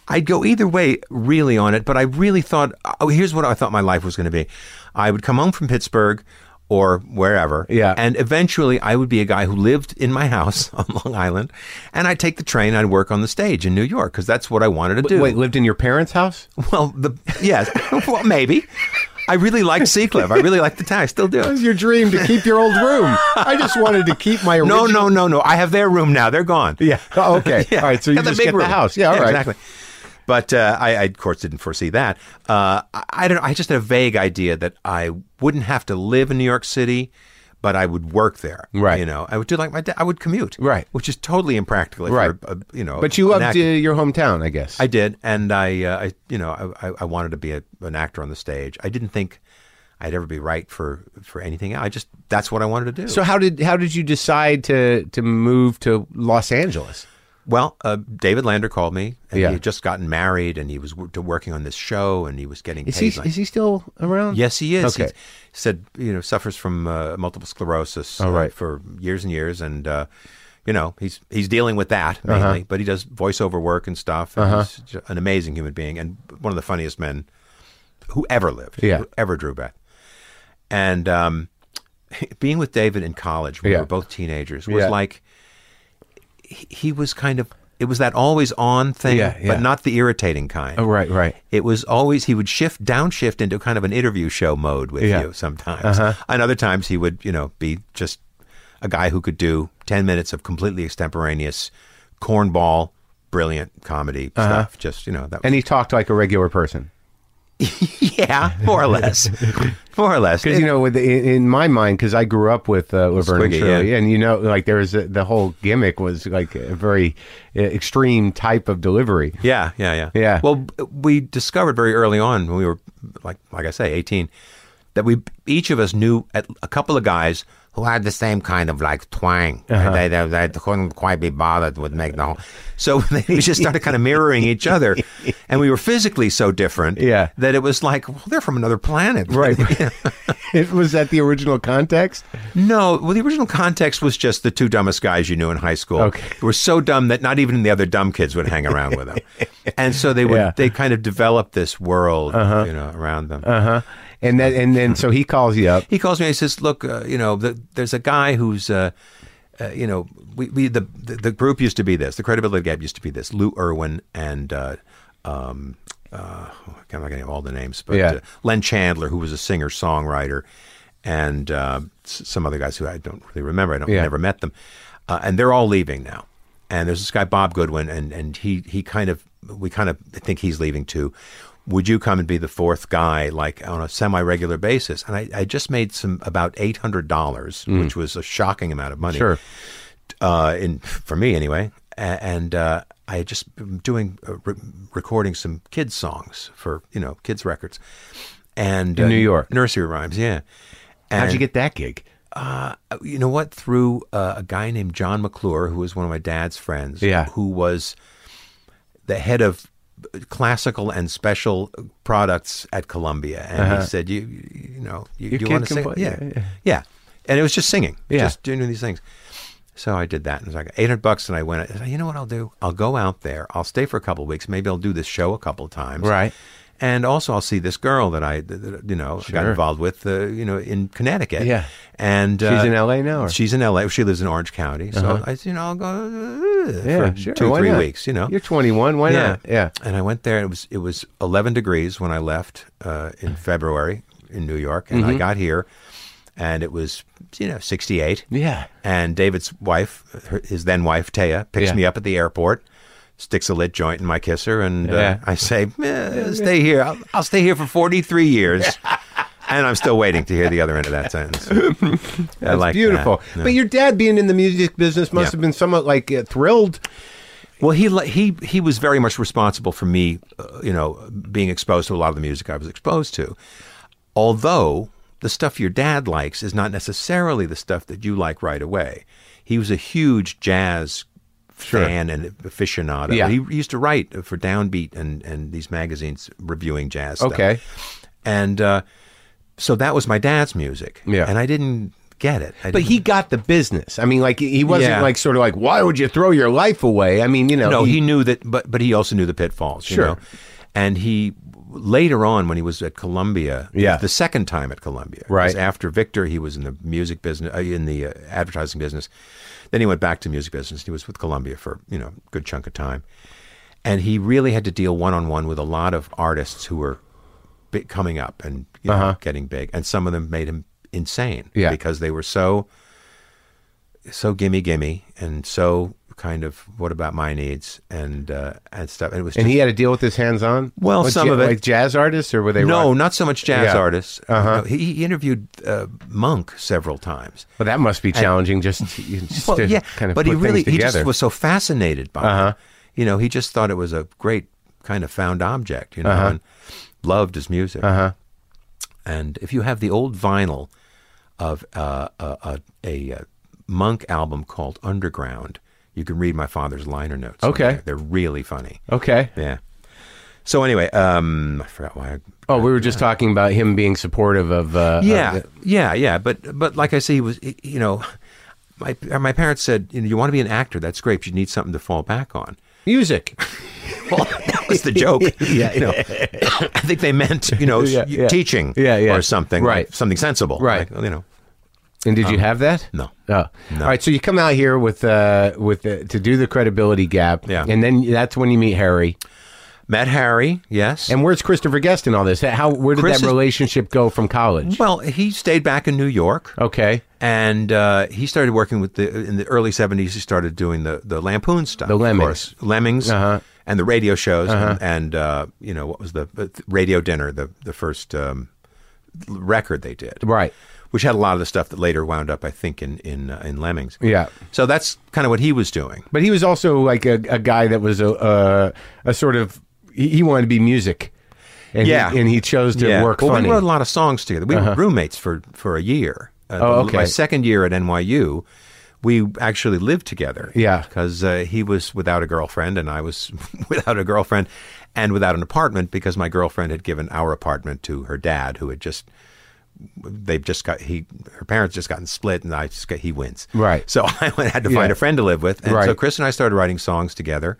I'd go either way really on it, but I really thought oh here's what I thought my life was going to be. I would come home from Pittsburgh or wherever.
Yeah.
And eventually I would be a guy who lived in my house on Long Island and I'd take the train, I'd work on the stage in New York because that's what I wanted to do.
Wait, lived in your parents' house?
Well, the yes, well maybe. I really liked Seacliff. I really liked the town. I still do.
That was your dream to keep your old room. I just wanted to keep my
No,
original.
no, no, no. I have their room now. They're gone.
Yeah. Oh, okay.
Yeah.
All right. So you
Got
just get the
room.
house. Yeah. All right.
Exactly. But uh, I, I, of course, didn't foresee that. Uh, I, I don't. I just had a vague idea that I wouldn't have to live in New York City, but I would work there.
Right.
You know, I would do like my dad. I would commute.
Right.
Which is totally impractical. If
Right.
You're, uh, you know.
But you
an
loved uh,
actor.
your hometown, I guess.
I did, and I, uh, I you know, I, I- I wanted to be a, an actor on the stage. I didn't think I'd ever be right for for anything. I just that's what I wanted to do.
so how did how did you decide to to move to Los Angeles?
Well, uh, David Lander called me, and
Yeah.
he had just gotten married, and he was w- working on this show, and he was getting
Is he
paid. like-
is he still around?
yes, he is.
Okay.
He said you know suffers from uh, multiple sclerosis
All
uh,
Oh, right.
for years and years, and uh, you know he's he's dealing with that
Uh-huh.
mainly. But he does voiceover work and stuff. And He's ju- an amazing human being, and one of the funniest men who ever lived,
Yeah.
who ever drew breath. And um, being with David in college, we
Yeah.
were both teenagers, was
Yeah.
like he, he was kind of it was that always on thing,
Yeah, yeah.
but not the irritating kind.
Oh, right, right.
It was always he would shift downshift into kind of an interview show mode with
Yeah. Uh-huh.
you sometimes, and other times he would you know be just a guy who could do ten minutes of completely extemporaneous cornball, brilliant comedy stuff. Just you know that.
Uh-huh. And he talked like a regular person.
yeah, more or less, more or less.
Because you know, with in, in my mind, because I grew up with uh, Laverne and
Squiggy,
Shirley,
yeah.
and you know, like there was a, the whole gimmick was like a very uh, extreme type of delivery.
Yeah, yeah, yeah.
Yeah.
Well, b- we discovered very early on when we were like like I say 18 that we each of us knew at, a couple of guys who had the same kind of like twang.
Uh-huh.
They, they, they couldn't quite be bothered with making the whole. So we just started kind of mirroring each other, and we were physically so different.
Yeah.
That it was like, well, they're from another planet,
Right. it was that the original context.
No, well, the original context was just the two dumbest guys you knew in high school.
Okay.
They were so dumb that not even the other dumb kids would hang around with them, and so they would
Yeah. Uh-huh.
they kind of developed this world, you know, around them.
And then and then so he calls you up.
He calls me. He says, "Look, uh, you know, the, there's a guy who's, uh, uh, you know, we, we the, the the group used to be this. The credibility gap used to be this. Lou Irwin and." Uh, um, uh, I'm not getting all the names, but
Yeah.
uh, Len Chandler, who was a singer songwriter, and uh, s- some other guys who I don't really remember. I don't
Yeah.
never met them, uh, and they're all leaving now. And there's this guy Bob Goodwin, and and he he kind of we kind of think he's leaving too. Would you come and be the fourth guy, like on a semi-regular basis? And I, I just made some about eight hundred dollars, which was a shocking amount of money
Mm. Sure.
uh, in for me anyway. A- And uh, I had just been doing uh, re- recording some kids songs for you know kids records, and uh,
In New York.
nursery rhymes. Yeah. And, uh,
How'd you get that gig?
You know what? Through uh, a guy named John McClure, who was one of my dad's friends.
Yeah.
Who was the head of classical and special products at Columbia, and
Uh-huh.
he said, "You, you know, you,
Your
you
kid
want to
can
sing,
play-
yeah.
yeah,
yeah,
yeah.
And it was just singing,
Yeah.
just doing these things. So I did that, and it was like eight hundred bucks, and I went. I said, you know what I'll do? I'll go out there. I'll stay for a couple of weeks. Maybe I'll do this show a couple of times,
Right.
And also, I'll see this girl that I, that- that, you know, got involved with, uh, you know, in Connecticut.
Yeah.
and uh,
She's in LA now, or- Uh-huh.
She's in L.A. She lives in Orange County. So I, said, you know, I'll go uh, for two,
why
three
not?
weeks. You know,
you're 21. Why not? Yeah.
and I went there. And it was it was 11 degrees when I left uh, in February in New York, and
Mm-hmm.
I got here, and it was you know 68.
Yeah.
And David's wife, her, his then wife Taya, picks
Yeah.
me up at the airport, sticks a lit joint in my kisser, and
Yeah.
uh, I say, "Meh, "Stay here. I'll, I'll stay here for 43 years." And I'm still waiting to hear the other end of that sentence. I like that.
Beautiful.
Yeah.
But your dad being in the music business must
Yeah.
have been somewhat like uh, thrilled.
Well, he li- he he was very much responsible for me, uh, you know, being exposed to a lot of the music I was exposed to. Although the stuff your dad likes is not necessarily the stuff that you like right away. He was a huge jazz fan and aficionado.
Yeah.
He, he used to write for Downbeat and and these magazines reviewing jazz. stuff.
Okay.
and uh, so that was my dad's music.
Yeah.
and I didn't get it. I
But he got the business. I mean, like he wasn't
Yeah.
like sort of like, why would you throw your life away? I mean, you know,
No, he, knew that, but but he also knew the pitfalls. You
Sure.
know? And he later on, when he was at Columbia,
Yeah.
the second time at Columbia, 'cause
Right.
After Victor, he was in the music business, uh, in the uh, advertising business. Then he went back to music business. He was with Columbia for you know a good chunk of time, and he really had to deal one on one with a lot of artists who were big, coming up and you know, getting big, and some of them made him insane
Uh-huh. Yeah.
because they were so so gimme gimme and so kind of what about my needs and uh, and stuff. And it was
and
just-
he had to deal with this hands on.
Well, some of it-
like jazz artists, or were they
no,
rock-
not so much jazz
Yeah. Uh-huh.
artists. No, he, he interviewed uh, Monk several times.
Well, that must be challenging. just, just
Well,
to
yeah,
kind of
but
put
he
things
really he
together. Uh-huh.
just was so fascinated by it. You know, he just thought it was a great kind of found object. You know,
Uh-huh.
and loved his music. Uh-huh. And if you have the old vinyl of uh, a, a, a Monk album called Underground, you can read my father's liner notes. on
Okay.
there. they're really funny.
okay.
Yeah. So anyway, um, I forgot why. I,
Oh, we were just talking about him being supportive of. Uh, of
yeah,
the-
yeah, yeah. But but like I say, he was he- you know, my my parents said you know you want to be an actor, that's great, but you need something to fall back on.
music.
Well, that was the joke. yeah, you know, I think they meant you know
Yeah,
s-
yeah.
teaching
Yeah, yeah.
or something
Right.
something sensible
Right.
like, you know
And did you have that?
Uh-huh. no.
Oh. All right. So you come out here with uh, with uh, to do the credibility gap,
Yeah.
and then that's when you meet Harry.
met Harry yes
And where's Christopher Guest in all this? How where did
Chris
that
is-
relationship go from college?
well he stayed back in New York
Okay,
and uh, he started working with the in the early seventies. He started doing the the Lampoon stuff,
The
of
Lemmings. Uh-huh.
course. Lemmings, and the radio shows, and, and, uh, you know what was the uh, Radio Dinner, the the first um, l- record they did,
right.
Which had a lot of the stuff that later wound up, I think, in in uh, in Lemmings.
Yeah.
So that's kind of what he was doing.
But he was also like a, a guy that was a, a a sort of he he wanted to be music, and
Yeah.
he, and he chose to work
well,
funny. Uh-huh.
We wrote a lot of songs together. We were roommates for for a year. Uh,
Oh,
the-
okay.
My second year at NYU, we actually lived together.
Yeah.
because uh, he was without a girlfriend and I was without a girlfriend and without an apartment because my girlfriend had given our apartment to her dad, who had just they've just got he her parents just gotten split and I just got, he wins
Right.
so I went- had to find
Yeah.
a friend to live with and so
Right.
Chris and I started writing songs together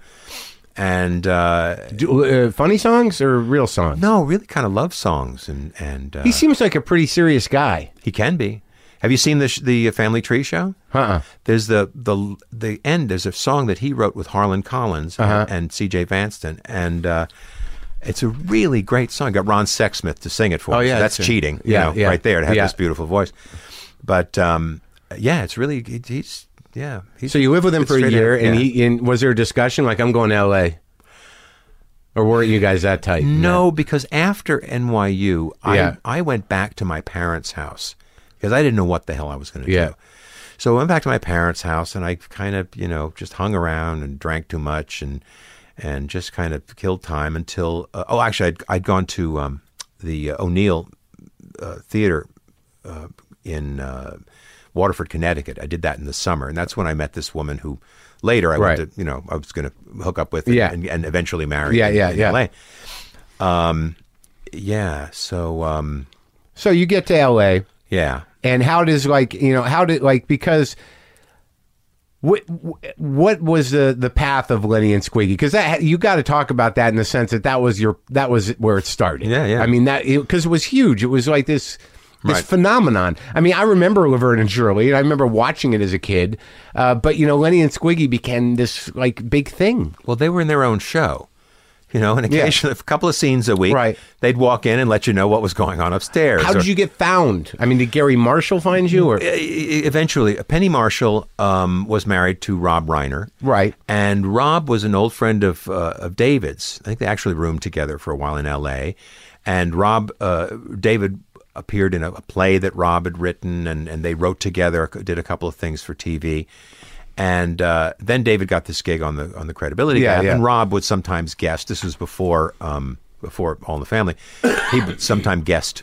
and uh,
Do, uh, funny songs or real songs?
no really kind of love songs and and uh,
he seems like a pretty serious guy.
He can be. Have you seen the sh- the uh, Family Tree show?
Uh-uh.
There's the the the end. There's a song that he wrote with Harlan Collins
Uh-huh.
and, and C.J. Vanston, and uh, it's a really great song. Got Ron Sexsmith to sing it for.
Oh,
us.
yeah,
that's
that's-
cheating.
yeah,
you know,
yeah,
right there to have
yeah.
this beautiful voice. But um, yeah, it's really he- he's yeah. He's,
So you live with him
it's
for a
straight
year,
out-
and
yeah.
he and was there a discussion like I'm going to L.A. or weren't you guys that tight?
No, because after NYU,
Yeah.
I, I went back to my parents' house because I didn't know what the hell I was going to
Yeah.
do. So I went back to my parents' house and I kind of, you know, just hung around and drank too much and and just kind of killed time until uh, oh, actually, I'd, I'd gone to um, the uh, O'Neill uh, Theater uh, in uh, Waterford, Connecticut. I did that in the summer, and that's when I met this woman who later I
Right.
went to, you know, I was going to hook up with and,
Yeah.
and, and eventually marry.
Yeah,
in-
yeah,
in
yeah.
LA. Yeah. So, um,
So you get to L.A.
yeah.
and how does like you know how did like because what what was the the path of Lenny and Squeaky? Because that you got to talk about that in the sense that that was your that was where it started.
Yeah, yeah.
I mean that because it, was huge. It was like this this
Right.
phenomenon. I mean, I remember Laverne and Shirley, and I remember watching it as a kid. Uh, but you know, Lenny and Squiggy became this like big thing.
Well, they were in their own show. You know, an occasion, a couple of scenes a week.
Right.
They'd walk in and let you know what was going on upstairs.
How
or-
did you get found? I mean, did Gary Marshall find you, or
e- e- eventually, Penny Marshall um, was married to Rob Reiner.
Right.
And Rob was an old friend of uh, of David's. I think they actually roomed together for a while in L.A. And Rob, uh, David appeared in a, a play that Rob had written, and, and they wrote together, did a couple of things for TV. And uh, then David got this gig on the on the credibility
Yeah,
Gap,
yeah.
and Rob would sometimes guest. This was before um, before All in the Family. He would sometimes guest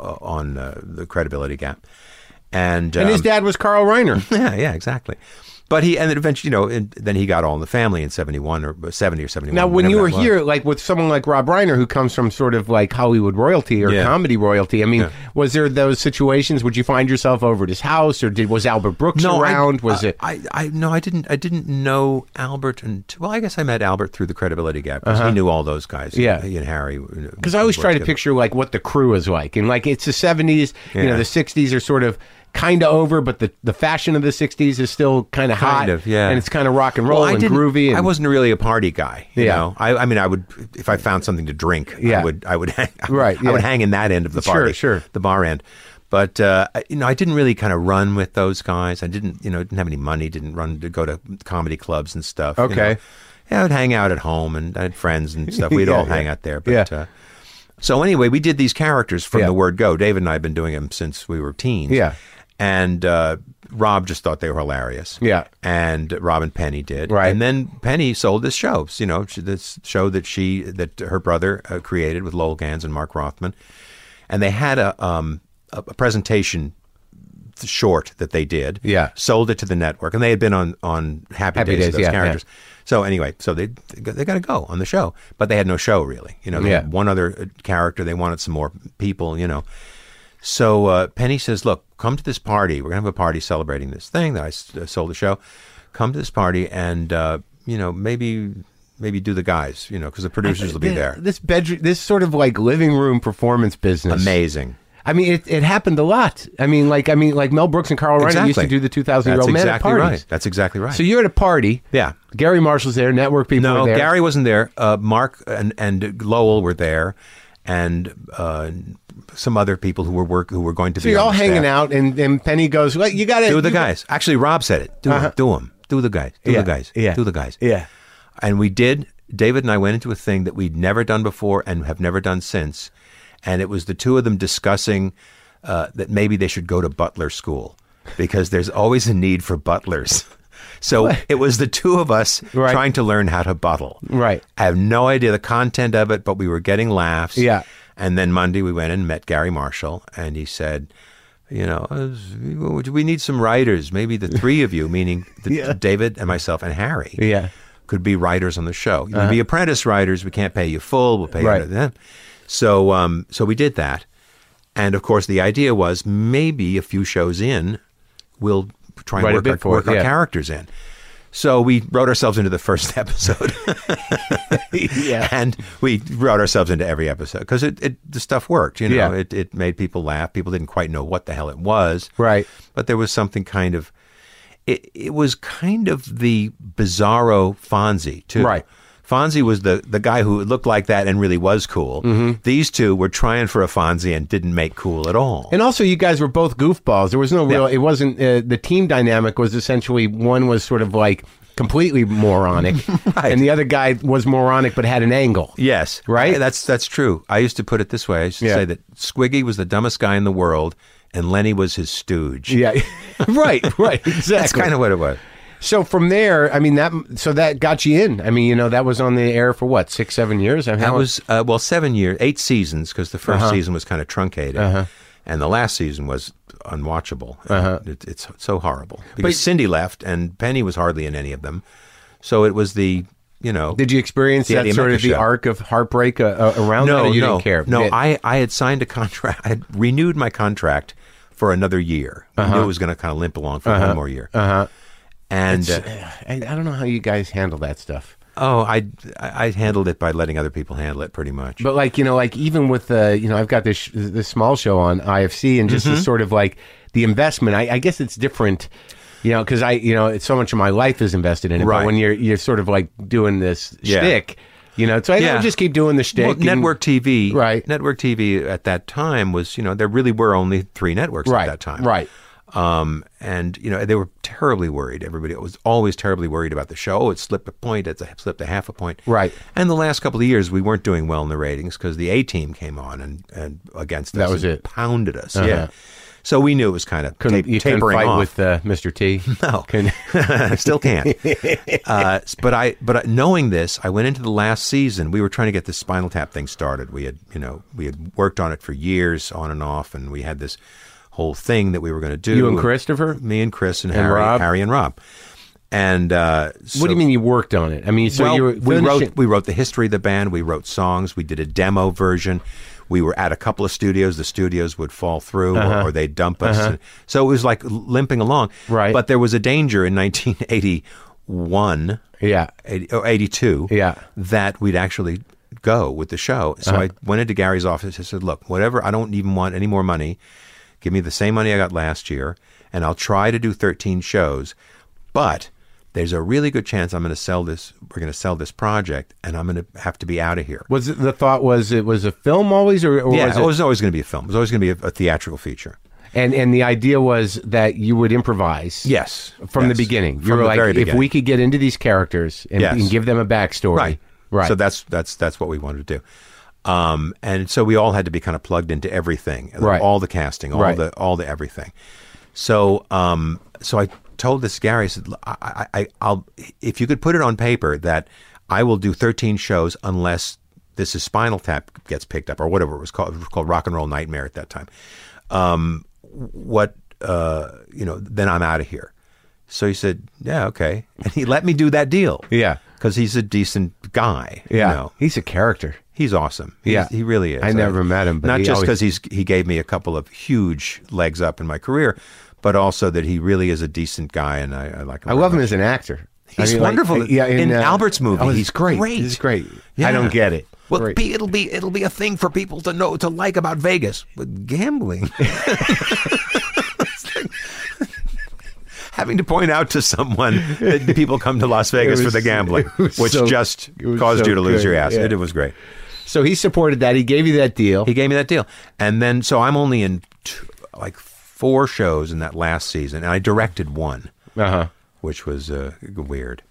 uh, on uh, the credibility gap, and
and his
um,
dad was Carl Reiner?
yeah, yeah, exactly. But he and then eventually, you know, and then he got All in the Family in '71 or '70 or '71.
Now, when you were
whenever that was.
here, like with someone like Rob Reiner, who comes from sort of like Hollywood royalty or
Yeah.
comedy royalty, I mean, was there those situations? Would you find yourself over at his house, or did was Albert Brooks around?
I,
was
I-
it?
I, I no, I didn't. I didn't know Albert, and well, I guess I met Albert through the credibility gap because he knew all those guys.
Uh-huh. Yeah.
he and Harry.
Because I always try to picture like what the crew is like, and like it's the seventies. You know,
Yeah.
the sixties are sort of kind of over, but the the fashion of the sixties is still kind of hot,
of, yeah.
and it's kind of rock and roll
Well, I
and
didn't-
groovy. And,
I wasn't really a party guy. You
Yeah.
know? I, I mean, I would if I found something to drink.
Yeah.
I would. I would. Hang, I would-
Right,
I would
yeah.
hang in that end of the
Sure,
party.
sure.
The bar end. But uh, I- you know, I didn't really kind of run with those guys. I didn't, you know, didn't have any money. Didn't run to go to comedy clubs and stuff. you know.
Okay.
Yeah, I would hang out at home, and I had friends and stuff. We'd
Yeah,
all hang
yeah.
out there. But
Yeah.
uh, so anyway, we did these characters from
Yeah.
the word go. David and I have been doing them since we were teens.
Yeah.
And uh, Rob just thought they were hilarious.
Yeah.
And Rob and Penny did.
Right.
And then Penny sold this show. You know, she- this show that she that her brother uh, created with Lowell Gans and Mark Rothman, and they had a um a, a presentation short that they did.
Yeah.
Sold it to the network, and they had been on on Happy,
Happy
Days,
Days,
of those
yeah, yeah.
characters. So anyway, so they they got to go on the show, but they had no show really. You know, they
Yeah.
had one other uh, character. They wanted some more people. You know, so uh, Penny says, "Look, come to this party. We're gonna have a party celebrating this thing that I s- uh, sold the show. Come to this party, and uh, you know, maybe maybe do the guys. You know, because the producers will be there.
This bedroom, this sort of like living room performance business.
Amazing."
I mean, it, it happened a lot. I mean, like I mean, like Mel Brooks and Carl Reiner used to do the two thousand year
That's
old man
exactly
parties.
right. That's exactly right.
So you're at a party.
Yeah.
Gary Marshall's there. Network people
No,
are there.
Gary wasn't there. Uh, Mark and, and Lowell were there, and uh, some other people who were work who were going to
So
be
you're
on
all
the
hanging
staff.
out, and, and Penny goes, "Well, you got to
Do the guys. Actually, Rob said it. Do 'em, do them. Do the guys. Do
Yeah.
the guys.
Yeah.
Do the guys.
Yeah.
And we did. David and I went into a thing that we'd never done before and have never done since, and it was the two of them discussing uh, that maybe they should go to butler school because there's always a need for butlers. So it was the two of us
Right.
trying to learn how to buttle.
Right.
I have no idea the content of it, but we were getting laughs.
Yeah.
And then Monday we went and met Gary Marshall, and he said, you know, "Uh, I was- we need some writers. Maybe the three of you, meaning the, David and myself and Harry,
Yeah.
could be writers on the show. You can be apprentice writers. We can't pay you full. We'll pay
Uh-huh. Right.
you then. So, um, so we did that, and of course, the idea was maybe a few shows in, we'll try and
Write a
work,
bit
our,
for it,
work our
yeah.
characters in. So we wrote ourselves into the first episode.
Yeah.
and we wrote ourselves into every episode because it, it the stuff worked. You know,
Yeah.
it it made people laugh. People didn't quite know what the hell it was,
Right.
But there was something kind of it. It was kind of the bizarro Fonzie too,
Right.
Fonzie was the, the guy who looked like that and really was cool.
Mm-hmm.
These two were trying for a Fonzie and didn't make cool at all.
And also, you guys were both goofballs. There was no real. It wasn't uh, the team dynamic was essentially one was sort of like completely moronic, and the other guy was moronic but had an angle.
Yes,
Right?
That's that's true. I used to put it this way. I used to
Yeah.
say that Squiggy was the dumbest guy in the world, and Lenny was his stooge.
Yeah, right, right, exactly.
that's kind of what it was.
so from there, I mean that. So that got you in. I mean, you know, that was on the air for what six, seven years. I mean,
That
how-
was uh, well seven years, eight seasons because the 1st
Uh-huh.
season was kind of truncated, and the last season was unwatchable.
Uh-huh.
It, it's so horrible because Cindy left and Penny was hardly in any of them, so it was the you know
Did you experience
The
that
Eddie
sort of
Mecca
the
show.
arc of heartbreak uh, uh, around that?
no
or you
no
didn't care.
no
It-
I I had signed a contract I had renewed my contract for another year. I
Uh-huh.
knew it was going to kind of limp along for one more year. Uh-huh. And uh,
I, I don't know how you guys handle that stuff.
Oh, I, I I handled it by letting other people handle it pretty much.
But like you know, like even with uh, you know, I've got this sh- this small show on IFC, and just
Mm-hmm.
the sort of like the investment. I, I guess it's different, you know, because I you know, it's so much of my life is invested in it. But
Right.
when you're you're sort of like doing this
Yeah.
shtick, You know, so I
Yeah.
don't just keep doing the shtick.
Well,
and-
network TV,
Right.
Network TV at that time was, you know, there really were only three networks
right?
at that time,
right?
Um, and you know, they were terribly worried. Everybody was always terribly worried about the show. Oh, it slipped a point. It slipped a half a point,
Right.
And the last couple of years, we weren't doing well in the ratings because the A team came on and and against us,
That was
and
it. Uh-huh.
pounded us, yeah. So we knew it was kind of
Couldn't you couldn't
tapering
fight
off.
with uh, Mr. T?
No,
Couldn't-
still can't. Uh, s- but I, but I- knowing this, I went into the last season. We were trying to get this Spinal Tap thing started. We had, you know, we had worked on it for years, on and off, and we had this whole thing that we were going to do.
You and Christopher?
me and Chris and, Harry,
Rob?
Harry and Rob. And uh,
what do you mean you worked on it? I mean, so
well,
you were
we
finishing-
wrote we wrote the history of the band. We wrote songs. We did a demo version. We were at a couple of studios. The studios would fall through,
Uh-huh.
or, or they'd dump us. So it was like limping along.
Right.
But there was a danger in 1981,
yeah,
80, or 82,
Yeah. Uh-huh.
that we'd actually go with the show. So I went into Gary's office. I said, "Look, whatever. I don't even want any more money. Give me the same money I got last year, and I'll try to do 13 shows. But there's a really good chance I'm going to sell this. We're going to sell this project, and I'm going to have to be out of here.
was it the thought was it was a film always, or, or
yeah,
was
it
it,
was always going to be a film. It was always going to be a, a theatrical feature.
and and the idea was that you would improvise.
Yes,
from
yes.
the beginning. You
From
were
the
like,
very
if
beginning.
we could get into these characters and,
Yes.
and give them a backstory,
right
right.
so that's that's that's what we wanted to do um and so we all had to be kind of plugged into everything like
Right.
all the casting all
Right.
the all the everything so um so i told this gary i said "Look, I, I I- i'll if you could put it on paper that i will do 13 shows unless this is spinal tap gets picked up or whatever it was called it was called rock and roll nightmare at that time Um, what uh, you know then i'm out of here so he said yeah okay and he let me do that deal
Yeah.
because he's a decent guy you
yeah,
know.
he's a character.
he's awesome He's-
Yeah.
he really is
I never met him, but
not
he
just
always-
because he's he gave me a couple of huge legs up in my career but also that he really is a decent guy and i, I like him
I
very
love him
much.
as an actor. I
He's
mean, like,
wonderful.
yeah,
in Albert's movie,
oh,
he's,
great.
great.
He's great.
Yeah.
I don't get it.
Well,
Great.
P- it'll be it'll be a thing for people to know to like about Vegas, but gambling. It's like- Having to point out to someone that people come to Las Vegas for
was-
the gambling,
it was
which
so-
just
it was
caused
so
you to lose
good,
your ass.
yeah.
It, it was great.
So he supported that. He gave you that deal.
He gave me that deal, and then so I'm only in two, like four shows in that last season, and I directed one,
Uh-huh.
which was uh, weird.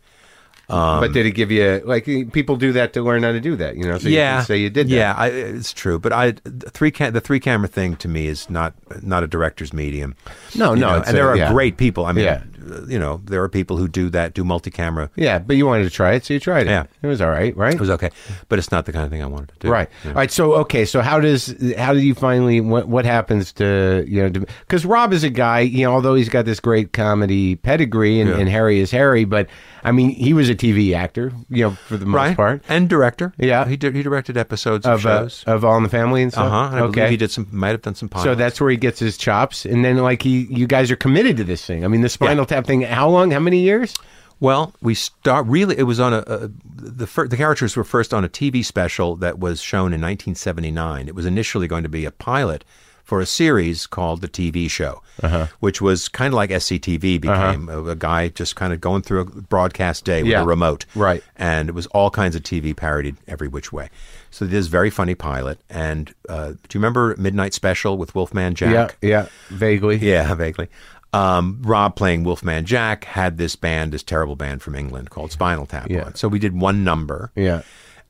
Um,
but did he give you like eh, people do that to learn how to do that? You know, so you
yeah,
can say you did.
Yeah, I, it's true. But I the three ca- the three camera thing to me is not not a director's medium.
No,
You
no,
know,
it's
and
a-
there are
yeah.
great people. I mean,
Yeah.
you know, there are people who do that, do multi camera.
that. yeah. But you wanted to try it, so you tried it.
Yeah.
it was all right, right?
It was okay, but it's not the kind of thing I wanted to do.
Right.
Yeah.
All right. So okay. So how does how do you finally what what happens to you know because Rob is a guy you know although he's got this great comedy pedigree and, and Harry is Harry but I mean he was a TV actor you know for the most
right.
part
And director.
Yeah.
he di- he directed episodes of,
of uh,
shows.
of All in the Family
Uh
and stuff.
huh. And I
okay.
believe he did some. Might have done some. Pilots.
so that's where he gets his chops, and then like he, you guys are committed to this thing. I mean, the Spinal Tap thing. How long? How many years?
Well, we start really. It was on a, a the fir- the characters were first on a TV special that was shown in 1979. It was initially going to be a pilot for a series called the TV Show,
Uh-huh.
which was kind of like SCTV became a, a guy just kind of going through a broadcast day with
Yeah.
a remote,
Right.
And it was all kinds of TV parodied every which way. So this very funny pilot. And uh, do you remember Midnight Special with Wolfman Jack?
Yeah. Yeah. Vaguely.
Yeah, vaguely. Um, Rob playing Wolfman Jack had this band, this terrible band from England called Spinal Tap.
Yeah.
On. So we did one number.
Yeah.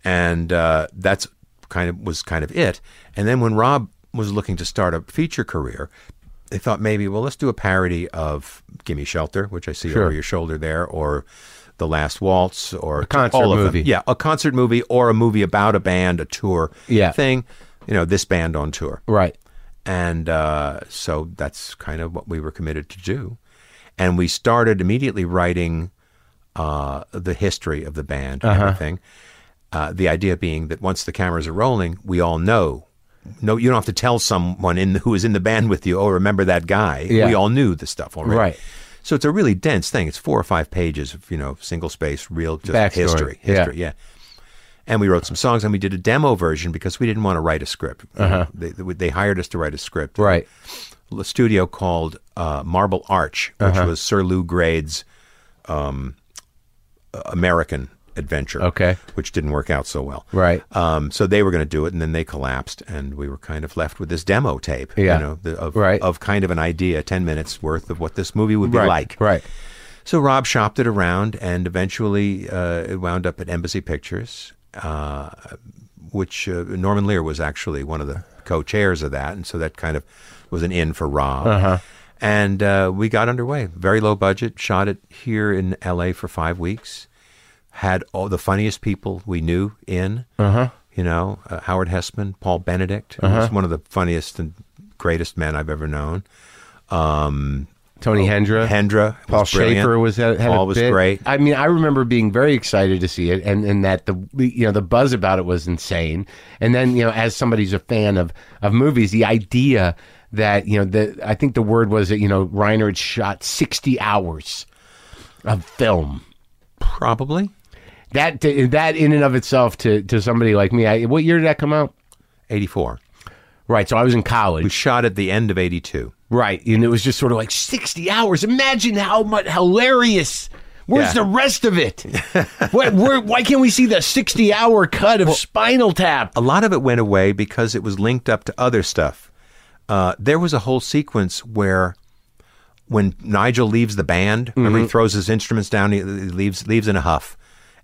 And uh, that's kind of was kind of it. And then when Rob was looking to start a feature career, they thought maybe, well, let's do a parody of Gimme Shelter, which I see over your shoulder there, or The Last Waltz, or
concert
all of them.
movie.
Yeah, a concert movie or a movie about a band, a tour
Yeah.
thing. You know, this band on tour.
Right.
And uh, so that's kind of what we were committed to do. And we started immediately writing uh, the history of the band
Uh-huh.
and everything. Uh, the idea being that once the cameras are rolling, we all know. No, you don't have to tell someone in who is in the band with you. Oh, remember that guy?
Yeah.
We all knew the stuff already.
Right.
So it's a really dense thing. It's four or five pages of you know single space, real just
Backstory.
history.
Yeah.
History, yeah and we wrote some songs and we did a demo version because we didn't want to write a script. They, they, they hired us to write a script.
Uh-huh. Right.
A studio called uh, Marble
Uh-huh.
Arch, which was Sir Lou Grade's um, uh, American adventure.
Okay.
Which didn't work out so well.
Right.
Um, so they were going to do it, and then they collapsed, and we were kind of left with this demo tape.
Yeah.
You know, the, of,
Right.
of kind of an idea, ten minutes worth of what this movie would be
right,
like.
right.
So Rob shopped it around, and eventually uh, it wound up at Embassy Pictures, uh, which uh, Norman Lear was actually one of the co-chairs of that, and so that kind of was an in for Rob.
Uh-huh.
And uh, we got underway. Very low budget. Shot it here in L.A. for five weeks. Had all the funniest people we knew in.
Uh-huh.
You know, uh, Howard Hessman, Paul Benedict, who was one of the funniest and greatest men I've ever known.
Tony Hendra.
Oh, Hendra,
Uh-huh. Paul
was brilliant.
Schaefer was had, had a
Paul was
bit.
great.
I mean, I remember being very excited to see it, and, and that the you know the buzz about it was insane. And then you know, as somebody's a fan of of movies, the idea that you know the I think the word was that you know Reiner had shot sixty hours of film.
Probably
That that in and of itself to to somebody like me, I, what year did that come out?
eighty-four.
Right, so I was in college.
We shot at the end of 82.
Right, and it was just sort of like sixty hours. Imagine how much hilarious. Where's
Yeah.
the rest of it? where, where, why can't we see the sixty-hour cut of Spinal Tap?
A lot of it went away because it was linked up to other stuff. Uh, there was a whole sequence where when Nigel leaves the band, remember he throws his instruments down, he he leaves leaves in a huff,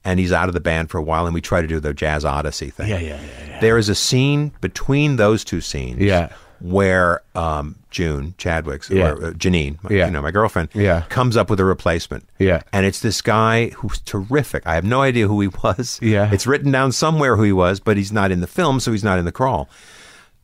and he's out of the band for a while, and we try to do the jazz odyssey thing. Yeah, yeah, yeah. There is a scene between those two scenes
Yeah.
where um, June Chadwick's
Yeah.
or uh, Janine, my,
Yeah.
you know, my girlfriend,
Yeah.
comes up with a replacement.
Yeah.
And it's this guy who's terrific. I have no idea who he was.
Yeah.
It's written down somewhere who he was, but he's not in the film, so he's not in the crawl.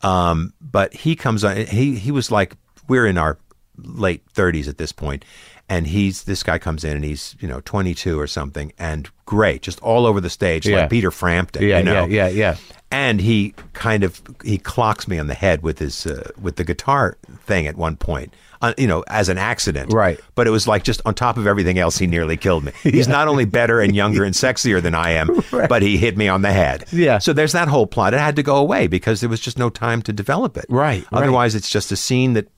Um, but he comes on. He he was like we're in our late thirties at this point, and he's this guy comes in and he's you know twenty two or something, and great, just all over the stage
Yeah.
like Peter Frampton.
Yeah,
you know?
yeah, yeah, yeah.
And he kind of he clocks me on the head with his uh, with the guitar thing at one point, uh, you know, as an accident,
Right.
But it was like just on top of everything else, he nearly killed me. He's not only better and younger and sexier than I am, but he hit me on the head.
Yeah.
So there's that whole plot. It had to go away because there was just no time to develop it.
Right, right.
Otherwise, it's just a scene that,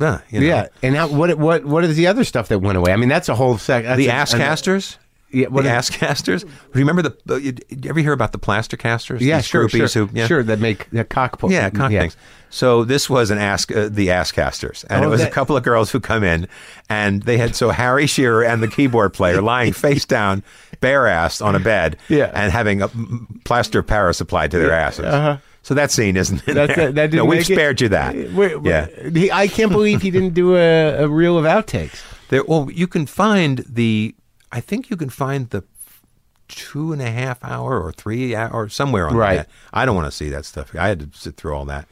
uh, you know.
Yeah, and how, what what what is the other stuff that went away? I mean, that's a whole sec. that's
The
a-
ass
an-
casters.
Yeah, uh, what
the
are-
ass casters. Remember the? Uh, you, did you ever hear about the plaster casters?
Yeah,
These
sure, sure,
groupies who- yeah.
sure. That make the cock. po-
Yeah, cock things. So this was an ask uh, the ass casters, and
Oh,
it was
that-
a couple of girls who come in, and they had so Harry Shearer and the keyboard player lying face down, bare assed on a bed,
Yeah.
and having a mm, plaster of Paris applied to their asses. So that scene isn't in
That's,
there.
uh-huh. that, that didn't
no, we've
make it-
spared you that.
Wait,
Ah. yeah,
Uh, he, I can't believe he didn't do a, a reel of outtakes.
there. Well, you can find the. I think you can find the two and a half hour or three hour or somewhere on
Right.
that. I don't want to see that stuff. I had to sit through all that.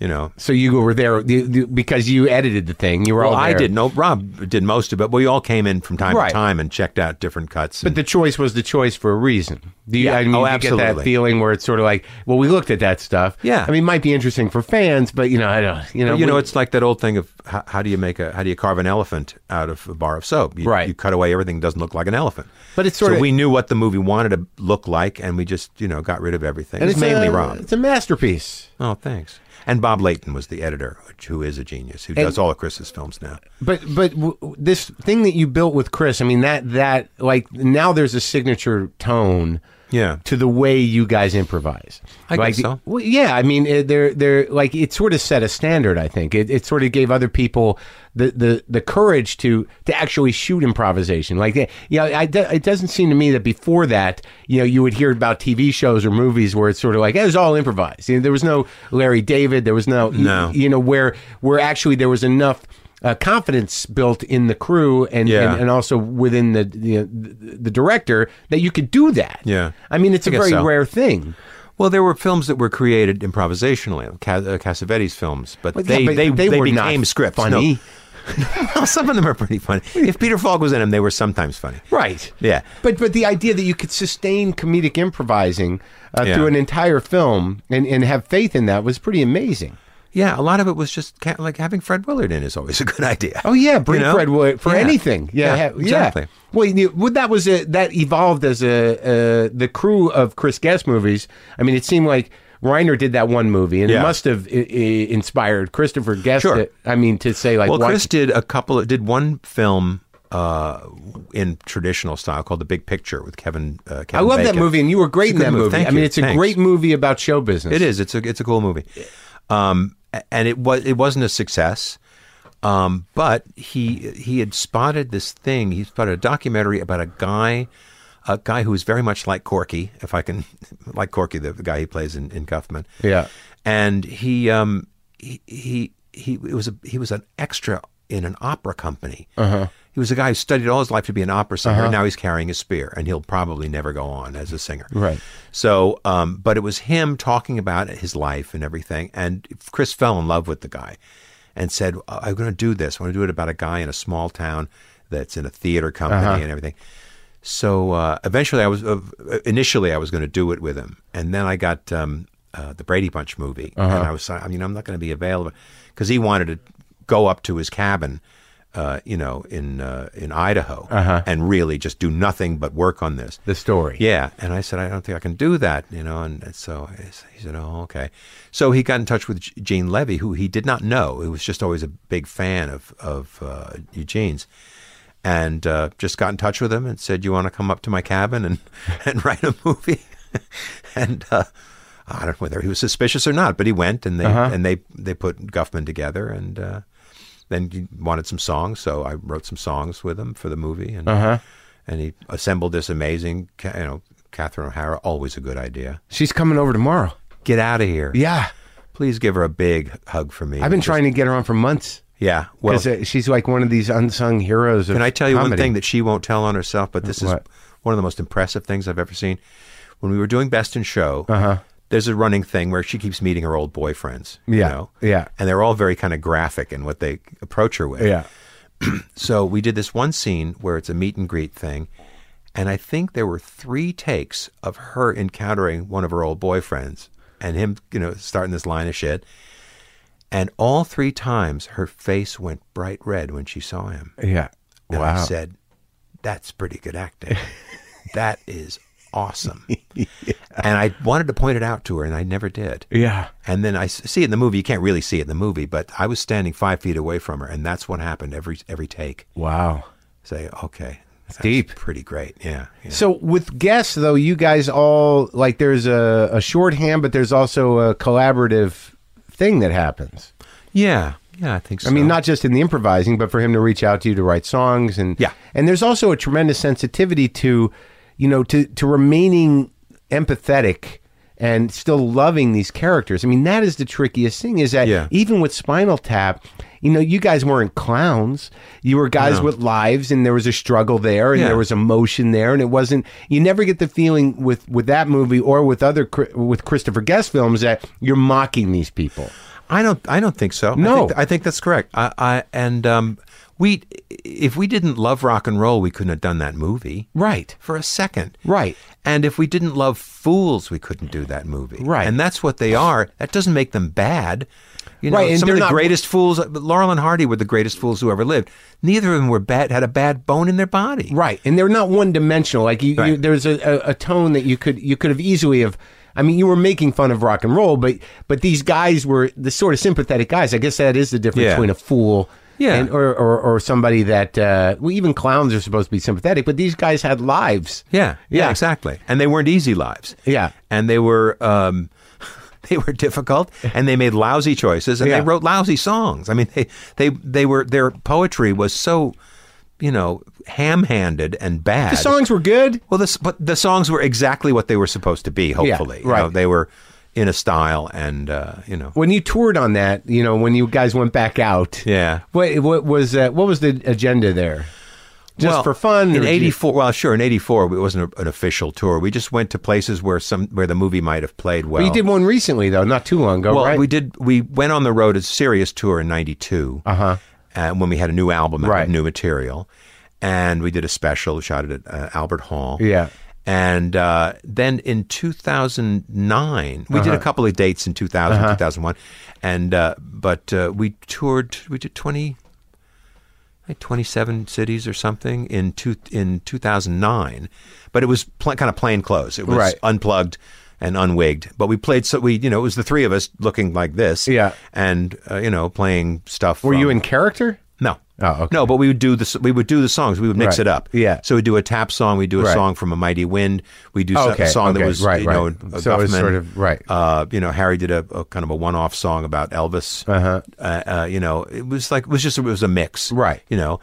You know,
So you were there you- you- because you edited the thing. You were
Well,
all
I
there.
did. No, Rob did most of it. We all came in from time
Right.
to time and checked out different cuts.
But the choice was the choice for a reason. Do you,
Yeah.
I mean,
Oh,
you get that
absolutely.
feeling where it's sort of like, well, we looked at that stuff.
Yeah.
I mean, it might be interesting for fans, but you know, I don't, you know,
you know,
we-
it's like that old thing of how, how do you make a how do you carve an elephant out of a bar of soap? You,
Right.
You cut away everything that doesn't look like an elephant.
But it's
so
sorta-
we knew what the movie wanted to look like, and we just you know got rid of everything.
and
it's uh, mainly
a,
Rob.
It's a masterpiece.
Oh, thanks. And Bob Layton was the editor, which, who is a genius, who does all of Chris's films now.
But but w- w- this thing that you built with Chris, I mean that that like now there's a signature tone.
Yeah.
To the way you guys improvise.
I
like,
guess so.
Well, yeah, I mean, it, they're they're like it sort of set a standard. I think it, it sort of gave other people the, the the courage to to actually shoot improvisation. Like, yeah, you know, I, do- it doesn't seem to me that before that, you know, you would hear about TV shows or movies where it's sort of like it was all improvised. You know, there was no Larry David. There was no
No.
you know where where actually there was enough uh, confidence built in the crew and
Yeah.
and, and also within the, the the director that you could do that.
Yeah.
I mean it's a
I guess
very
so.
rare thing.
Well, there were films that were created improvisationally, Ca- uh, Cassavetes films, but
But yeah,
they
but
they,
they
they,
were not
became scripts. No.
funny.
well, Oh, some of them are pretty funny. If Peter Falk was in them, they were sometimes funny.
Right.
Yeah.
But but the idea that you could sustain comedic improvising uh,
Yeah.
through an entire film and, and have faith in that was pretty amazing.
Yeah, a lot of it was just ca- like having Fred Willard in is always a good idea.
Oh yeah, bring
You know?
Fred Wood for
Yeah.
anything. Yeah, ha- yeah.
exactly.
Well, you, well, that was a, that evolved as a uh, the crew of Chris Guest movies. I mean, it seemed like Reiner did that one movie, and it
Yeah.
must have I- I- inspired Christopher Guest.
Sure.
To, I mean, to say like,
Well,
why-
Chris did a couple. Did one film uh, in traditional style called The Big Picture with Kevin. Uh, Kevin
I love that
Bacon.
movie, and you were great
It's a good
in that
movie.
movie.
Thank
I mean,
you.
it's a
Thanks.
great movie about show business.
It is. It's a it's a cool movie. Um, a- and it was it wasn't a success. Um, but he he had spotted this thing. He spotted a documentary about a guy, a guy who is very much like Corky, if I can, like Corky, the, the guy he plays in, in Guffman.
Yeah.
And he um he he, he it was a, he was an extra in an opera company. He was a guy who studied all his life to be an opera singer. and Now he's carrying a spear, and he'll probably never go on as a singer.
Right.
So, um, but it was him talking about his life and everything. And Chris fell in love with the guy and said, I'm going to do this. I want to do it about a guy in a small town that's in a theater company and everything. So uh, eventually, I was uh, initially I was going to do it with him, and then I got um, uh, the Brady Bunch movie, and I was like, I mean, I'm not going to be available because he wanted to go up to his cabin, uh, you know, in uh, in Idaho, and really just do nothing but work on this.
The story.
Yeah, and I said I don't think I can do that, you know. And, and so I s- he said, "Oh, okay." So he got in touch with G- Gene Levy, who he did not know. He was just always a big fan of of uh, Eugene's, and uh, just got in touch with him and said, "You want to come up to my cabin and and write a movie?" and uh, I don't know whether he was suspicious or not, but he went and they and they they put Guffman together and. Uh, then he wanted some songs, so I wrote some songs with him for the movie, and
Uh-huh.
and he assembled this amazing, ca- you know, Catherine O'Hara. Always a good idea.
She's coming over tomorrow.
Get out of here.
Yeah.
Please give her a big hug for me.
I've been trying to get her on for months.
Yeah. Well,
Because uh, she's like one of these unsung heroes of
Can I tell you one
comedy. Uh,
thing that she won't tell on herself? But this is
What?
one of the most impressive things I've ever seen. When we were doing Best in Show,
Uh-huh.
there's a running thing where she keeps meeting her old boyfriends.
Yeah,
You know?
yeah.
And they're all very kind of graphic in what they approach her with.
Yeah.
So we did this one scene where it's a meet and greet thing. And I think there were three takes of her encountering one of her old boyfriends and him, you know, starting this line of shit. And all three times her face went bright red when she saw him.
Yeah.
And I
wow.
said, that's pretty good acting. that is awesome. And I wanted to point it out to her, and I never did.
Yeah.
And then I s- see it in the movie. You can't really see it in the movie, but I was standing five feet away from her, and that's what happened every every take.
Wow.
Say, okay, that's
deep.
pretty great. Yeah, yeah.
So with guests though, you guys all like there's a, a shorthand, but there's also a collaborative thing that happens.
yeah, yeah. I think so.
I mean, not just in the improvising, but for him to reach out to you to write songs and
Yeah.
and there's also a tremendous sensitivity to, you know, to to remaining empathetic and still loving these characters. I mean, that is the trickiest thing is that
Yeah.
even with Spinal Tap, you know, you guys weren't clowns. You were guys with lives and there was a struggle there and
Yeah.
there was emotion there and it wasn't you never get the feeling with with that movie or with other Chri- with Christopher Guest films that you're mocking these people.
I don't. I don't think so. I
No.
think, I think that's correct. I, I and um, we, if we didn't love rock and roll, we couldn't have done that movie.
Right.
for a second.
Right.
And if we didn't love fools, we couldn't do that movie.
Right.
And that's what they are. That doesn't make them bad. You know,
Right, and
some of
they're
the
not-
greatest fools, Laurel and Hardy were the greatest fools who ever lived. Neither of them were bad, had a bad bone in their body.
Right, and they're not one dimensional. Like you, you
Right.
there's a, a, a tone that you could you could have easily have. I mean, you were making fun of rock and roll, but but these guys were the sort of sympathetic guys. I guess that is the difference
Yeah.
between a fool.
Yeah.
And, or, or, or somebody that, uh, well, even clowns are supposed to be sympathetic, but these guys had lives.
Yeah, yeah,
Yeah.
exactly. And they weren't easy lives.
Yeah.
and they were um, they were difficult, and they made lousy choices, and
Yeah.
they wrote lousy songs. I mean, they they they were their poetry was so you know ham-handed and bad.
The songs were good.
well, this but the songs were exactly what they were supposed to be. Hopefully, You know,
right.
they were in a style, and uh, you know,
When you toured on that, you know, when you guys went back out,
yeah.
what, what was uh, what was the agenda there? Just
Well,
for fun? or
In
did you-
'84, well, sure, in '84, it wasn't a, an official tour. We just went to places where some where the movie might have played well.
But you did one recently, though, not too long ago,
Well,
right?
we did. We went on the road a serious tour in '92. Uh huh. And when we had a new album, out,
Uh-huh. Right.
new material, and we did a special, shot it at uh, Albert Hall.
Yeah.
And uh, then in 2009, we
Uh-huh.
did a couple of dates in 2000, 2001, and uh, but uh, we toured. We did 20, like 27 cities or something in two, in 2009, but it was pl- kind of plain clothes. It was
Right.
unplugged and unwigged. But we played so we you know it was the three of us looking like this.
Yeah.
and uh, you know playing stuff.
were you
from-
in character?
No,
Oh, okay.
No, but we would do the we would do the songs. We would mix
Right.
it up.
Yeah.
So we would do a tap song. We would do a
Right.
song from a Mighty Wind. We do
Okay,
a song
okay,
that was
right,
you
right.
know a
So it was
Guffman.
sort of- right.
Uh, you know, Harry did a, a kind of a one-off song about Elvis. Uh-huh. Uh uh, You know, it was like it was just it was a mix.
Right.
You know.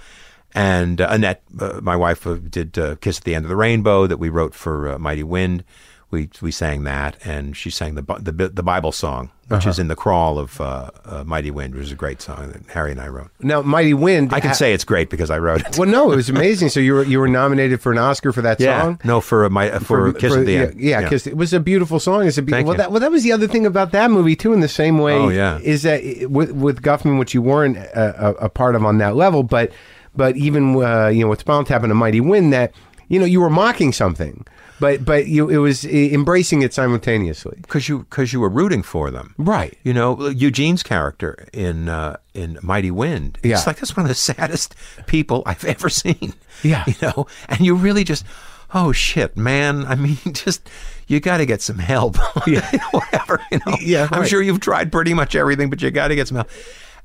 And uh, Annette, uh, my wife, uh, did uh, "Kiss at the End of the Rainbow" that we wrote for uh, Mighty Wind. We we sang that, and she sang the Bi- the, Bi- the Bible song, which
Uh-huh.
is in the crawl of uh, uh, Mighty Wind, which is a great song that Harry and I wrote.
Now, Mighty Wind.
I can
ha-
say it's great because I wrote it.
Well, no, it was amazing. So you were you were nominated for an Oscar for that song.
No, for uh, my uh, for, Kiss at the
yeah,
End.
Yeah, Kiss. It was a beautiful song. It's a be-
Thank
well,
you.
that well that was the other thing about that movie too. In the same way,
Oh, yeah.
is that it- with with Guffman, which you weren't a, a, a part of on that level, but but even uh, you know with Spinal Tap and a Mighty Wind, that you know you were mocking something, but but you it was eh, embracing it simultaneously.
Because you because you were rooting for them,
Right.
You know Eugene's character in uh, in Mighty Wind.
Yeah.
It's like that's one of the saddest people I've ever seen.
Yeah.
You know, and you really just. Oh shit, man! I mean, just you got to get some help. Yeah, whatever. You know,
Yeah,
I'm
right.
sure you've tried pretty much everything, but you got to get some help.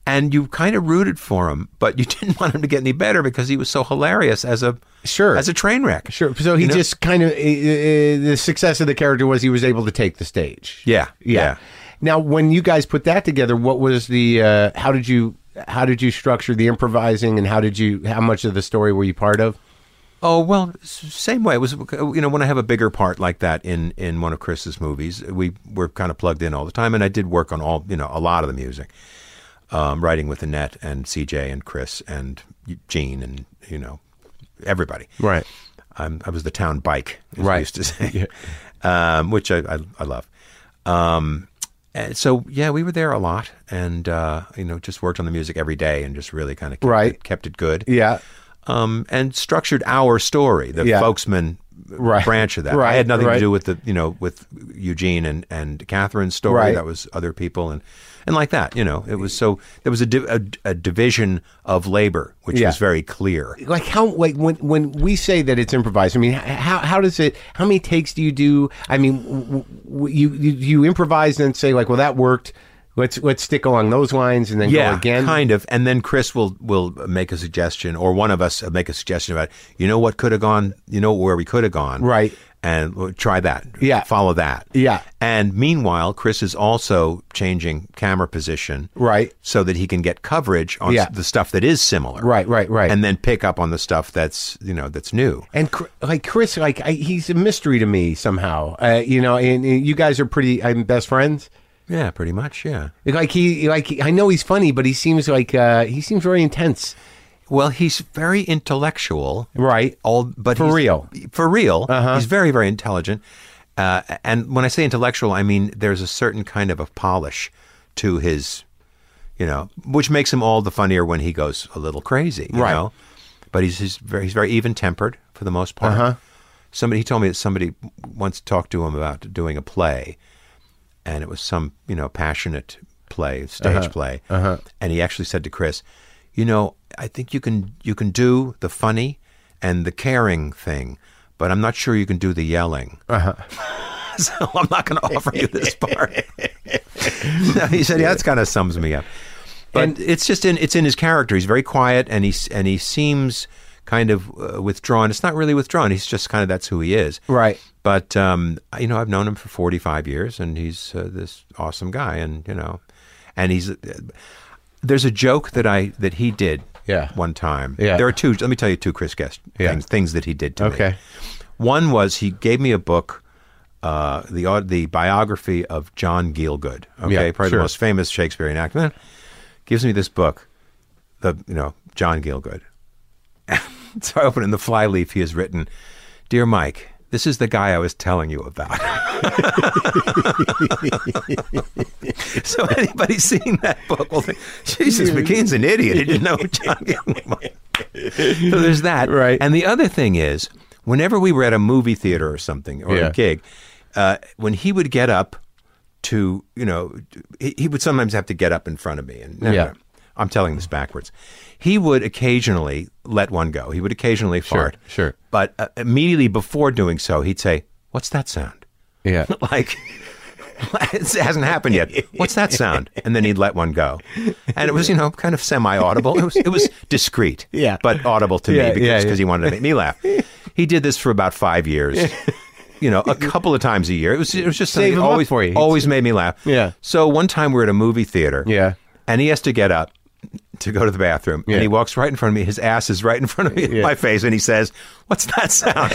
And you kind of rooted for him, but you didn't want him to get any better because he was so hilarious as a
Sure.
as a train wreck.
Sure. So he
You know?
just kind of eh, eh, the success of the character was he was able to take the stage.
Yeah, yeah.
Now, when you guys put that together, what was the uh, how did you how did you structure the improvising and how did you how much of the story were you part of?
Oh well, s- same way. It was you know when I have a bigger part like that in in one of Chris's movies, we were kind of plugged in all the time, and I did work on all you know a lot of the music, um, writing with Annette and CJ and Chris and Gene and you know everybody.
Right.
I'm, I was the town bike, as
Right.
we used to say, um, which I, I, I love. Um, and so yeah, we were there a lot, and uh, you know just worked on the music every day, and just really kind of kept
Right.
it, kept it good
Yeah.
um, and structured our story, the
Yeah.
folksman
Right.
branch of that.
Right,
I had nothing
right.
to do with the you know with Eugene and and Catherine's story.
Right.
That was other people and and like that. You know, it was so there was a di- a, a division of labor, which
Yeah.
was very clear.
Like how like when when we say that it's improvised, I mean h- how how does it how many takes do you do? I mean w- w- you you, you improvise and say like well that worked. Let's let's stick along those lines and then go again.
kind of. And then Chris will will make a suggestion, or one of us will make a suggestion about you know what could have gone, you know where we could have gone,
Right.
And we'll try that,
Yeah.
Follow that,
Yeah.
And meanwhile, Chris is also changing camera position,
Right.
so that he can get coverage on
Yeah.
s- the stuff that is similar,
Right, right, right.
and then pick up on the stuff that's you know that's new.
And Chr- like Chris, like I, he's a mystery to me somehow. Uh, you know, and, and you guys are pretty. I'm best friends.
Yeah, pretty much. Yeah.
Like he, like I know he's funny, but he seems like uh, he seems very intense.
Well, he's very intellectual,
Right.
All but
For
he's-
real. Uh-huh.
for real. He's very, very intelligent. Uh, and when I say intellectual, I mean there's a certain kind of a polish to his, you know, which makes him all the funnier when he goes a little crazy, you
Right.
know. But he's he's very, he's very even tempered for the most part.
Uh-huh.
Somebody he told me that somebody once talked to him about doing a play, and it was some you know passionate play, stage play, and he actually said to Chris, "You know, I think you can you can do the funny and the caring thing, but I'm not sure you can do the yelling. so I'm not going to offer you this part." No, he said, "Yeah, that's kind of sums me up." But it's just in it's in his character. He's very quiet, and he's and he seems kind of uh, withdrawn. It's not really withdrawn. He's just kind of that's who he is,
Right.
But um, you know, I've known him for forty five years, and he's uh, this awesome guy, and you know, and he's uh, there's a joke that I that he did,
Yeah.
one time.
Yeah.
there are two. Let me tell you two Chris Guest things, things that he did to me.
Okay.
One was he gave me a book, uh, the au- the biography of John Gielgud. Okay,
Yeah,
probably
sure.
the most famous Shakespearean actor. Gives me this book, the you know John Gielgud. so I open it in the flyleaf. He has written, "Dear Mike, this is the guy I was telling you about." so anybody seeing that book will think, "Jesus, McKean's an idiot. He didn't know who John Gielgud." was." so there's that.
Right.
And the other thing is, whenever we were at a movie theater or something or
Yeah.
a gig, uh, when he would get up to, you know, he, he would sometimes have to get up in front of me. And no, no,
Yeah.
no. I'm telling this backwards. He would occasionally let one go. He would occasionally fart.
sure.
But uh, immediately before doing so, he'd say, "What's that sound?"
Yeah.
like it hasn't happened yet. What's that sound? And then he'd let one go. And it was, you know, kind of semi audible. It was, it was discreet,
Yeah.
but audible to
Yeah,
me because
yeah, yeah.
'cause he wanted to make me laugh. He did this for about five years. You know, a couple of times a year. It was it was just something
Save
that
him up
always
for you.
Always made me laugh.
Yeah.
So one time we're at a movie theater.
Yeah.
And he has to get up to go to the bathroom.
Yeah.
And he walks right in front of me. His ass is right in front of me, in my face, and he says, What's that sound?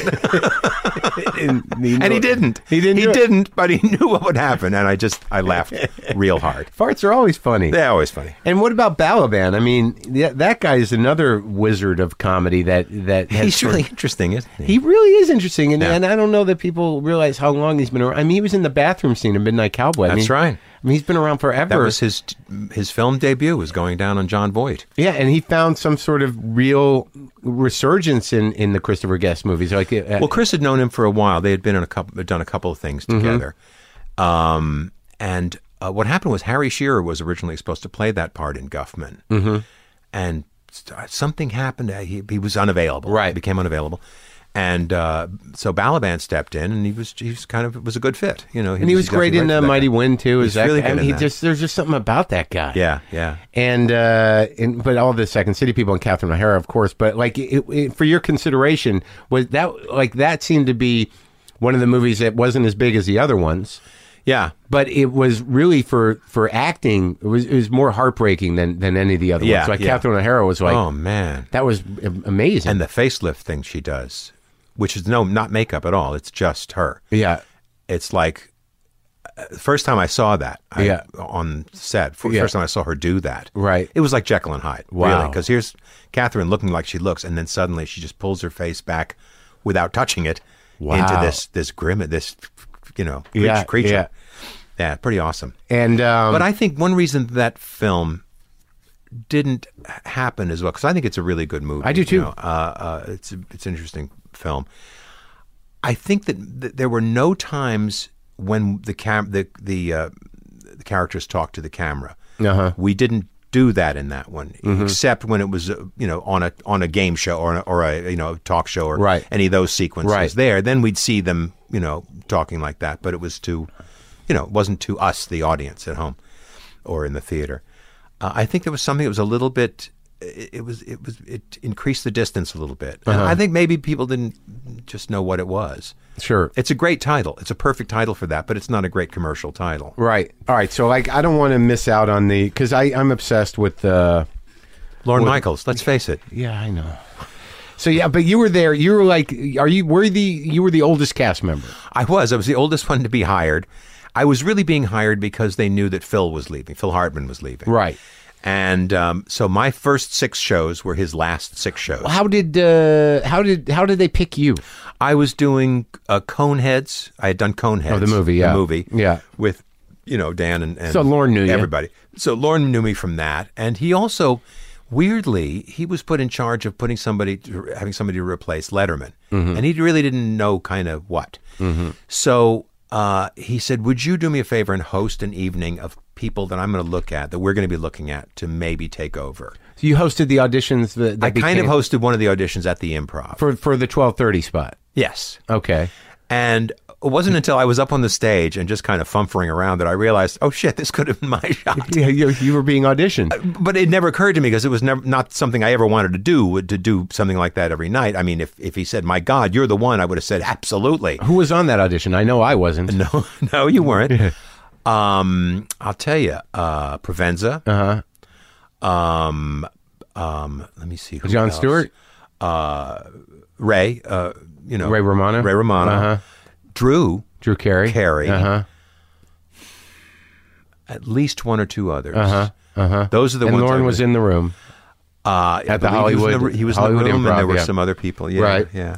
and, he
and he didn't.
He didn't.
He
do it.
didn't. But he knew what would happen, and I just I laughed real hard.
Farts are always funny.
They're always funny.
And what about Balaban? I mean, th- that guy is another wizard of comedy that that has
He's
sort
really
of-
interesting, isn't he?
He really is interesting, and,
Yeah.
and I don't know that people realize how long he's been around. I mean, he was in the bathroom scene of Midnight Cowboy. I
That's
mean-
right.
I mean, he's been around forever.
that was his his film debut was going down on John Voight.
Yeah, and he found some sort of real resurgence in, in the Christopher Guest movies. Like, uh,
Well, Chris had known him for a while. They had been in a couple, done a couple of things
Mm-hmm.
together. Um, and uh, what happened was Harry Shearer was originally supposed to play that part in Guffman, mm-hmm. and st- something happened. Uh, He, he was unavailable.
Right.
he became unavailable, and uh, so Balaban stepped in, and he was he was kind of it was a good fit. You know,
and he was great
exactly
in
right
uh,
for that
Mighty
guy.
Wind too. Is
He's really good
I mean,
in
he
that.
just there's just something about that guy.
Yeah, yeah.
and uh, and but all the Second City people and Catherine O'Hara, of course. But like it, it, for your consideration, was that like that seemed to be one of the movies that wasn't as big as the other ones,
Yeah,
but it was really for for acting. It was it was more heartbreaking than than any of the other
Yeah,
ones. Like
yeah.
Catherine O'Hara was like
oh man,
that was a- amazing.
and the facelift thing she does, which is no not makeup at all. It's just her.
yeah,
it's like uh, the first time I saw that I,
Yeah.
on set. f-
Yeah.
First time I saw her do that.
Right.
It was like Jekyll and Hyde.
Wow.
Because here's Catherine looking like she looks, and then suddenly she just pulls her face back without touching it into
Wow.
this this grim this you know creature.
Yeah,
creature.
yeah.
Yeah, pretty awesome.
and um,
But I think one reason that film didn't h- happen as well, because I think it's a really good movie.
I do
you
too.
know, Uh, uh, it's a- it's an interesting film. I think that, that there were no times when the cam the the, uh, the characters talked to the camera.
Uh-huh. Mm-hmm.
We didn't do that in that one, except when it was uh, you know on a on a game show or a, or a you know talk show or
Right.
any of those sequences
Right.
there. Then we'd see them you know talking like that, but it was to you know it wasn't to us the audience at home or in the theater. Uh, I think there was something that was a little bit. It, it was. It was. It increased the distance a little bit. And I think maybe people didn't just know what it was.
sure.
It's a great title. It's a perfect title for that, but it's not a great commercial title.
Right. All right. So, like, I don't want to miss out on the because I I'm obsessed with uh, the.
Lorne Michaels. Let's face it.
Yeah, I know. So yeah, but you were there. You were like, are you were the you were the oldest cast member?
I was. I was the oldest one to be hired. I was really being hired because they knew that Phil was leaving. Phil Hartman was leaving.
Right.
And um, so my first six shows were his last six shows.
How did uh, how did how did they pick you?
I was doing uh, Coneheads. I had done Coneheads.
Oh, the movie, yeah.
The movie.
Yeah.
With, you know, Dan and, and
So Lorne knew you.
everybody. So Lauren knew me from that. And he also, weirdly, he was put in charge of putting somebody, to, having somebody to replace Letterman.
Mm-hmm.
And he really didn't know kind of what. So uh, he said, Would you do me a favor and host an evening of people that I'm going to look at, that we're going to be looking at to maybe take over?
So you hosted the auditions. That, that
I kind of
became-
hosted one of the auditions at the improv.
for for the twelve thirty spot.
yes.
Okay.
And it wasn't until I was up on the stage and just kind of fumfering around that I realized, oh shit, this could have been my shot.
Yeah, you, you were being auditioned.
But it never occurred to me because it was never not something I ever wanted to do would- to do something like that every night. I mean, if if he said, "My God, you're the one," I would have said, "Absolutely."
Who was on that audition? I know I wasn't.
No, no, you weren't. Um, I'll tell you, uh, Provenza. Uh
Uh-huh.
huh. Um, um, let me see. Who
John
else?
Stewart,
Ray. Uh, you know
Ray Romano?
Ray Romano.
Uh-huh.
Drew.
Drew Carey,
Carey.
uh huh,
At least one or two others. Uh huh. Those are the
Uh-huh. and
ones. I
Lauren
really-
was in the room.
Uh, I
At the
believe he was in
Hollywood-
the, he was
Hollywood
in the room,
Improv,
and there were
yeah.
some other people. Yeah,
Right.
yeah,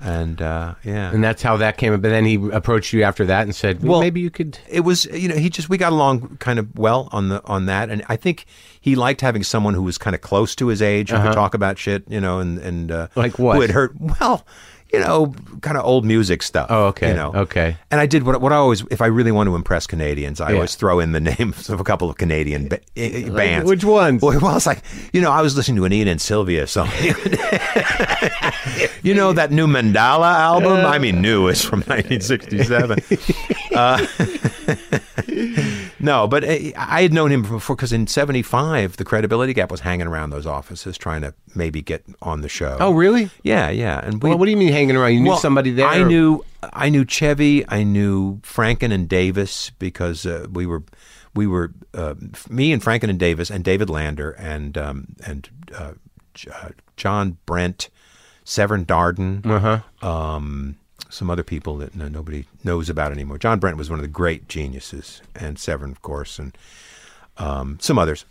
and uh, yeah.
And that's how that came up. But then he approached you after that and said, "Well,
Well-
maybe you could."
it was you know he just we got along kind of well on the on that, and I think he liked having someone who was kind of close to his age who could talk about shit, you know, and and uh,
Uh-huh. Like what?
who had hurt well. you know, kind of old music stuff.
Oh, okay.
You know,
Okay.
And I did what what I always, if I really want to impress Canadians, I
Yeah.
always throw in the names of a couple of Canadian ba- eh, eh, bands.
which ones?
Well, well, it's like you know, I was listening to an Ian and Sylvia song. you know that new Mandala album? I mean, new is from 1967. No, but uh, I had known him before because in '75 the credibility gap was hanging around those offices trying to maybe get on the show.
Oh, really?
Yeah, yeah. And we,
Well, what do you mean hanging around? You knew
well,
somebody there.
I knew I knew Chevy. I knew Franken and Davis because uh, we were we were uh, f- me and Franken and Davis and David Lander and um, and uh, J- uh, John Brent, Severn Darden,
Uh-huh.
um, some other people that no, nobody knows about anymore. John Brent was one of the great geniuses, and Severn, of course, and um, some others.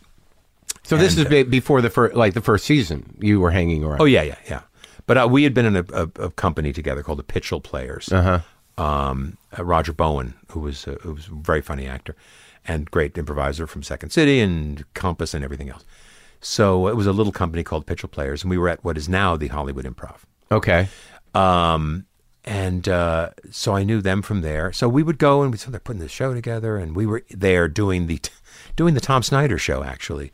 So this
And,
is be- before the first, like the first season. You were hanging around.
Oh yeah, yeah, yeah. But uh, we had been in a, a, a company together called the Pitchell Players. Uh-huh. Um, uh, Roger Bowen, who was a, who was a very funny actor and great improviser from Second City and Compass and everything else. So it was a little company called Pitchell Players, and we were at what is now the Hollywood Improv.
Okay.
Um, and uh, so I knew them from there. So we would go and we so they're putting the show together, and we were there doing the doing the Tom Snyder show actually,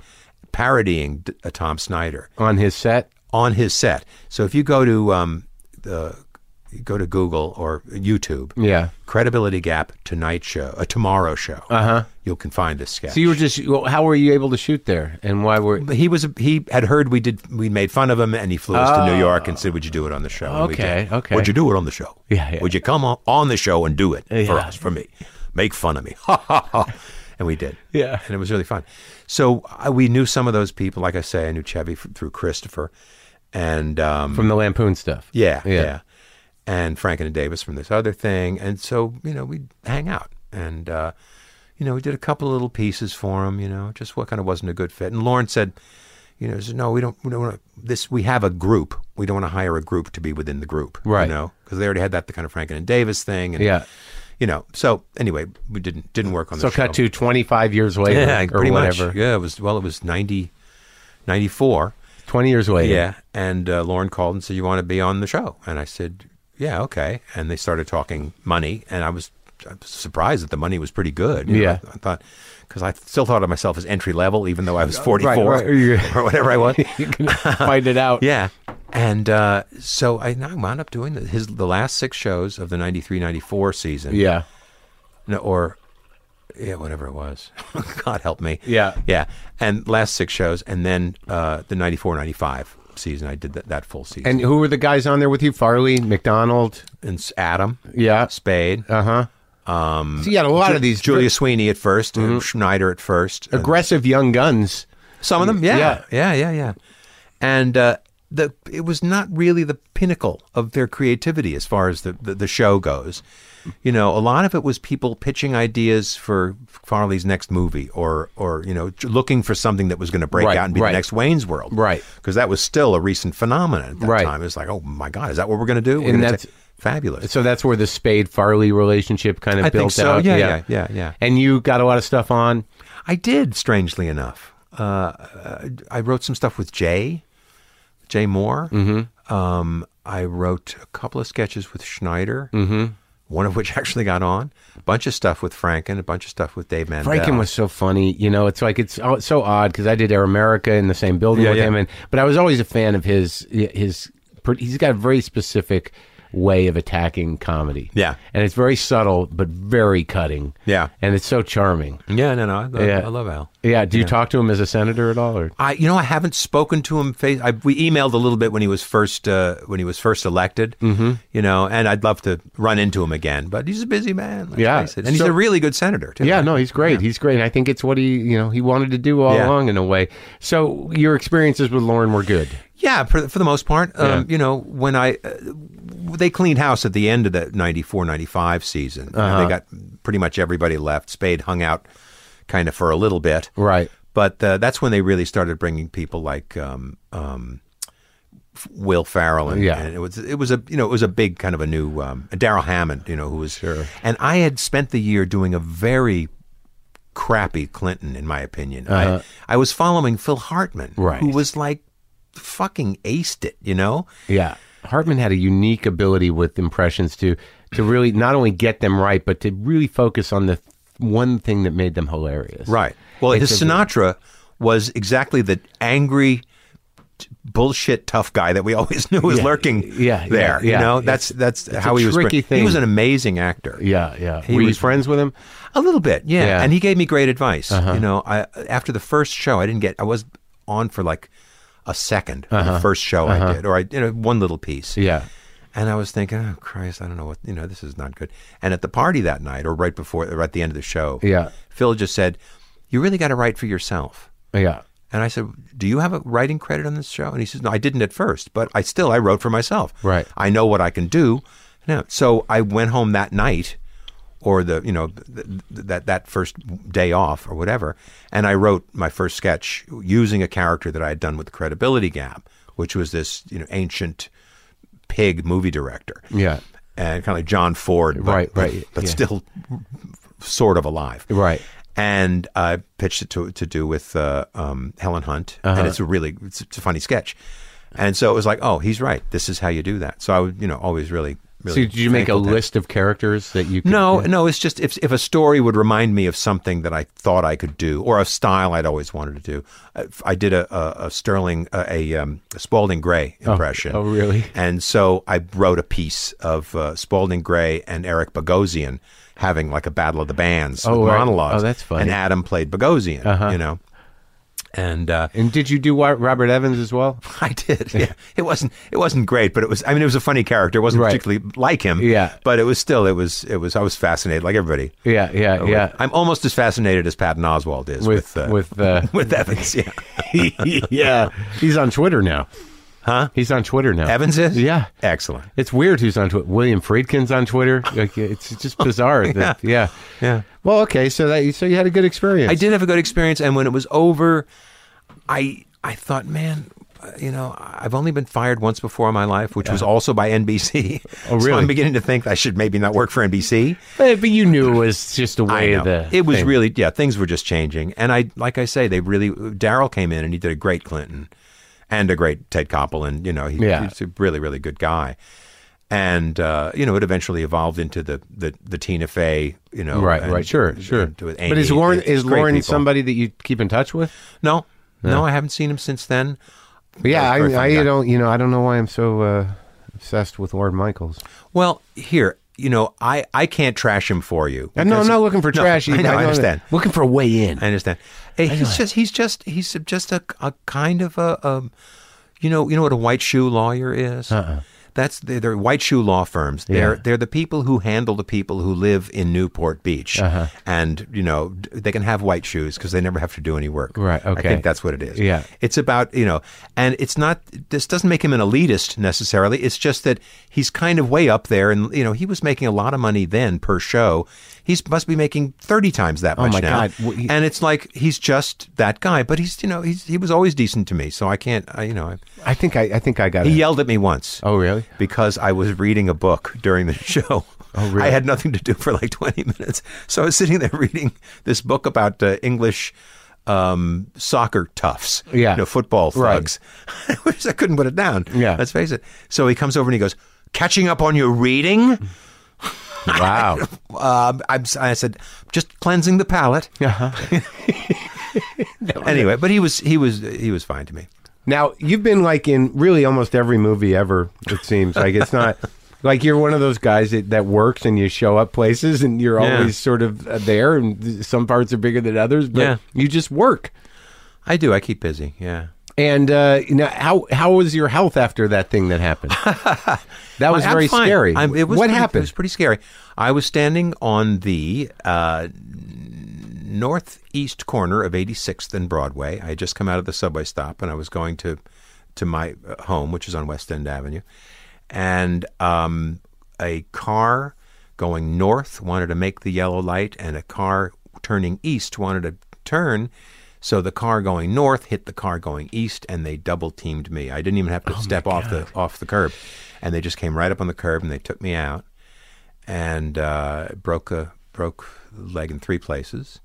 parodying a Tom Snyder
On his set.
on his set. So if you go to um, the go to Google or YouTube,
Yeah.
credibility gap tonight show, a tomorrow show, uh-huh. you can find this sketch.
So you were just. well, How were you able to shoot there? And why were?
But he was he had heard we did we made fun of him and he flew us to New York and said would you do it on the show And we
Oh. Okay,
did.
okay.
would you do it on the show
Yeah, yeah.
would you come on, on the show and do it for
Yeah.
us for me make fun of me ha ha ha and we did
Yeah.
and it was really fun so I, we knew some of those people like I say I knew Chevy f- through Christopher and um,
From the lampoon stuff.
yeah,
Yeah.
yeah. And Franken and Davis from this other thing. And so, you know, we'd hang out. And, uh, you know, we did a couple little pieces for him, you know, just what kind of wasn't a good fit. And Lauren said, you know, said, no, we don't, we don't want to, this, we have a group. We don't want to hire a group to be within the group.
Right.
You know, because they already had that, the kind of Franken and Davis thing. And,
Yeah.
You know, so anyway, we didn't, didn't work on
So
the show.
cut to 25 years later
yeah,
or
pretty
whatever.
much. Yeah, it was, well, it was 90, 94.
20 years later.
Yeah. And uh, Lauren called and said, You want to be on the show? And I said, Yeah, okay. And they started talking money. And I was I was surprised that the money was pretty good. You know,
Yeah.
I, I thought, because I still thought of myself as entry level, even though I was 44
right. You-
or whatever I was.
Find it out.
yeah. And uh, so I, and I wound up doing the, his, the last six shows of the 93 94 season.
Yeah.
No, or yeah, whatever it was. God help me.
Yeah.
Yeah. And last six shows. And then uh, the 94 95 season, I did that, that full season.
And who were the guys on there with you? Farley, McDonald.
and s- Adam.
Yeah.
Spade.
Uh huh.
Mm.
Um, so you had a lot of these
Julia Sweeney at 1st
Mm-hmm.
and Schneider at first. and
aggressive young guns.
some of them, yeah, yeah, yeah, yeah. And uh, the it was not really the pinnacle of their creativity as far as the, the the show goes. You know, a lot of it was people pitching ideas for Farley's next movie, or or you know, j- looking for something that was going to break
Right,
out and be
right.
the next Wayne's World,
Right.
Because that was still a recent phenomenon at that
Right.
time. It was like, oh my God, is that what we're going to do? We're
And
gonna
that's-
take- fabulous.
So that's where the Spade Farley relationship kind of
I think
built
so.
out.
Yeah, yeah, yeah, yeah.
And you got a lot of stuff on.
I did, strangely enough. Uh, uh, I wrote some stuff with Jay, Jay Moore. Mm-hmm. Um, I wrote a couple of sketches with Schneider, mm-hmm. one of which actually got on. A bunch of stuff with Franken, a bunch of stuff with Dave Mandel.
Franken was so funny. You know, it's like it's, oh, it's so odd because I did Air America in the same building
Yeah,
with
yeah.
him, and but I was always a fan of his. His he's got a very specific way of attacking comedy.
Yeah.
and it's very subtle but very cutting.
Yeah.
and it's so charming.
Yeah, no, no. I, love-
Yeah.
I love Al.
Yeah. Do you talk to him as a senator at all? Or
I, you know, I haven't spoken to him. Face, I, we emailed a little bit when he was first uh, when he was first elected. Mm-hmm. You know, and I'd love to run into him again, but he's a busy man. let's
Yeah.
face it. and he's
So-
a really good senator too.
Yeah, no, he's great. He's great. And I think it's what he, you know, he wanted to do all
Yeah.
along in a way. So your experiences with Lauren were good.
Yeah, for, for the most part. Um,
Yeah.
You know, when I uh, they cleaned house at the end of the 94-95 season, And they got pretty much everybody left. Spade hung out kind of for a little bit,
Right.
But uh, that's when they really started bringing people like um, um, F- Will Farrell, and,
Yeah.
and it was it was a you know it was a big kind of a new um, Daryl Hammond, you know, who was and I had spent the year doing a very crappy Clinton, in my opinion. I, I was following Phil Hartman,
Uh-huh. Right.
who was like fucking aced it, you know?
Yeah. Hartman had a unique ability with impressions to to really not only get them right, but to really focus on the th- one thing that made them hilarious.
Right. Well,
It's
his
a-
Sinatra was exactly the angry t- bullshit tough guy that we always knew was lurking
yeah, yeah,
there
yeah.
you know
It's-
that's that's
a
how he was
tricky
he was an
thing.
amazing actor
Yeah, yeah.
He
Were you
was-
friends with him?
A little bit, yeah.
Yeah. Uh-huh.
And he gave me great advice. You know, I after the first show, I didn't get. I was on for like a 2nd The first show I did, or I you know one little piece.
Uh-huh. Yeah.
And I was thinking, oh Christ, I don't know what you know. This is not good. And at the party that night, or right before, or at the end of the show,
Yeah.
Phil just said, "You really got to write for yourself."
Yeah.
And I said, "Do you have a writing credit on this show?" And he says, "No, I didn't at first, but I still I wrote for myself.
Right.
I know what I can do." Now, so I went home that night, or the you know th- th- that that first day off or whatever, and I wrote my first sketch using a character that I had done with the Credibility Gap, which was this you know ancient pig movie director.
Yeah.
And kind of like John Ford, but,
Right, right,
but
yeah.
still sort of alive,
Right.
and I pitched it to to do with uh, um, Helen Hunt,
Uh-huh.
and it's a really it's, it's a funny sketch, and so it was like, oh, he's right. This is how you do that. So I would, you know, always really.
So
really
did you make a
thankful to him.
list of characters that you? Could
No, no. It's just if if a story would remind me of something that I thought I could do, or a style I'd always wanted to do. I, I did a a, a Sterling a, a, um, a Spalding Gray impression.
oh, really?
And so I wrote a piece of uh, Spalding Gray and Eric Bogosian having like a battle of the bands
Oh,
with
right.
monologues.
Oh, that's funny. Uh-huh.
And Adam played Bogosian. You know, and uh,
And did you do Wa- Robert Evans as well?
I did. Yeah. It wasn't it wasn't great, but it was I mean it was a funny character. It wasn't
Right.
particularly like him.
Yeah.
But it was still it was it was I was fascinated like everybody.
Yeah, yeah, yeah.
I'm almost as fascinated as Patton Oswald is
Oh, With
with
with uh,
with Evans. Yeah.
yeah, he's on Twitter now. Huh? He's on Twitter now.
Evans is?
Yeah.
Excellent.
It's weird who's on Twitter. William Friedkin's on Twitter. Like it's just bizarre. that, yeah.
Yeah.
Well, okay. So that so you had a good experience.
I did have a good experience, and when it was over, I I thought, man, uh, you know, I've only been fired once before in my life, which was also by NBC.
Oh,
So
really?
I'm beginning to think I should maybe not work for NBC.
Eh, but you knew it was just a way
I
of
know.
the.
it was
thing.
really yeah things were just changing and i like i say they really daryl came in and he did a great clinton and a great ted koppel and you know he,
Yeah.
he's a really really good guy and uh, you know it eventually evolved into the the, the tina fey you know
right,
and-
right, sure,
and-
sure.
and with
but is
Amy.
Lauren
It's
is
great
Lauren
people.
somebody that you keep in touch with?
no no i haven't seen him since then
Yeah,
Very
I,
funny
I
guy.
don't. You know, I don't know why I'm so uh, obsessed with Lauren Michaels.
well here you know i i can't trash him for you
Uh, no, I'm
because-
not looking for
No,
trash.
I know, I understand
Looking for a way in.
I understand. Hey, he's just he's just he's just a, a kind of a, um you know you know what a white shoe lawyer is. That's they're, they're white shoe law firms. They're
Uh-uh. Yeah.
they're the people who handle the people who live in Newport Beach,
Uh-huh.
and you know d- they can have white shoes because they never have to do any work.
Right,
I
okay.
think that's what it is.
Yeah.
It's about you know, and it's not. This doesn't make him an elitist necessarily. It's just that he's kind of way up there, and you know he was making a lot of money then per show. He must be making thirty times that much
Oh my
now.
God. Well, he-
and it's like he's just that guy, but he's you know he's he was always decent to me, so I can't I, you know I,
I think I, I think I got
he
it.
yelled at me once.
Oh, really?
Because I was reading a book during the show. Oh
really?
I had nothing to do for like twenty minutes, so I was sitting there reading this book about uh, English. Um, soccer toughs,
Yeah.
you know, football
Right.
thugs. I wish I couldn't put it down.
Yeah.
let's face it. So he comes over and he goes, "Catching up on your reading."
Wow.
Um, I'm, I said, "Just cleansing the palate."
Uh-huh.
anyway, but he was he was he was fine to me.
Now you've been like in really almost every movie ever. It seems like it's not like you're one of those guys that, that works and you show up places and you're
Yeah.
always sort of uh, there. And some parts are bigger than others, but
Yeah.
you just work.
I do. I keep busy. Yeah.
And uh, you know how how was your health after that thing that happened? That Oh, was
I'm
very
fine.
scary.
I'm- it was
what
pretty- It
happened?
was pretty scary. I was standing on the uh, northeast corner of 86th and Broadway. I had just come out of the subway stop and I was going to to my uh, home, which is on West End Avenue, and um, a car going north wanted to make the yellow light, and a car turning east wanted to turn. So the car going north hit the car going east, and they double teamed me. I didn't even have to step off the off the curb, and they just came right up on the curb and they took me out and uh, broke a broke the leg in three places.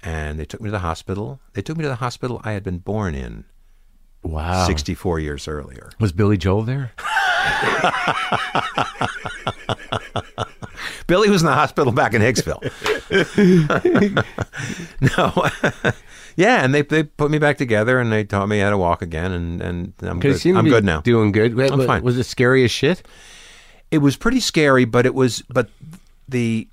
And they took me to the hospital. They took me to the hospital I had been born in
wow.
64 years earlier.
Was Billy Joel there?
Billy was in the hospital back in Hicksville. no. yeah, and they, they put me back together and they taught me how to walk again and, and I'm
Because
good. I'm good now.
Doing good. Wait,
I'm
wa-
fine.
Was it scary as shit?
it was pretty scary, but it was but the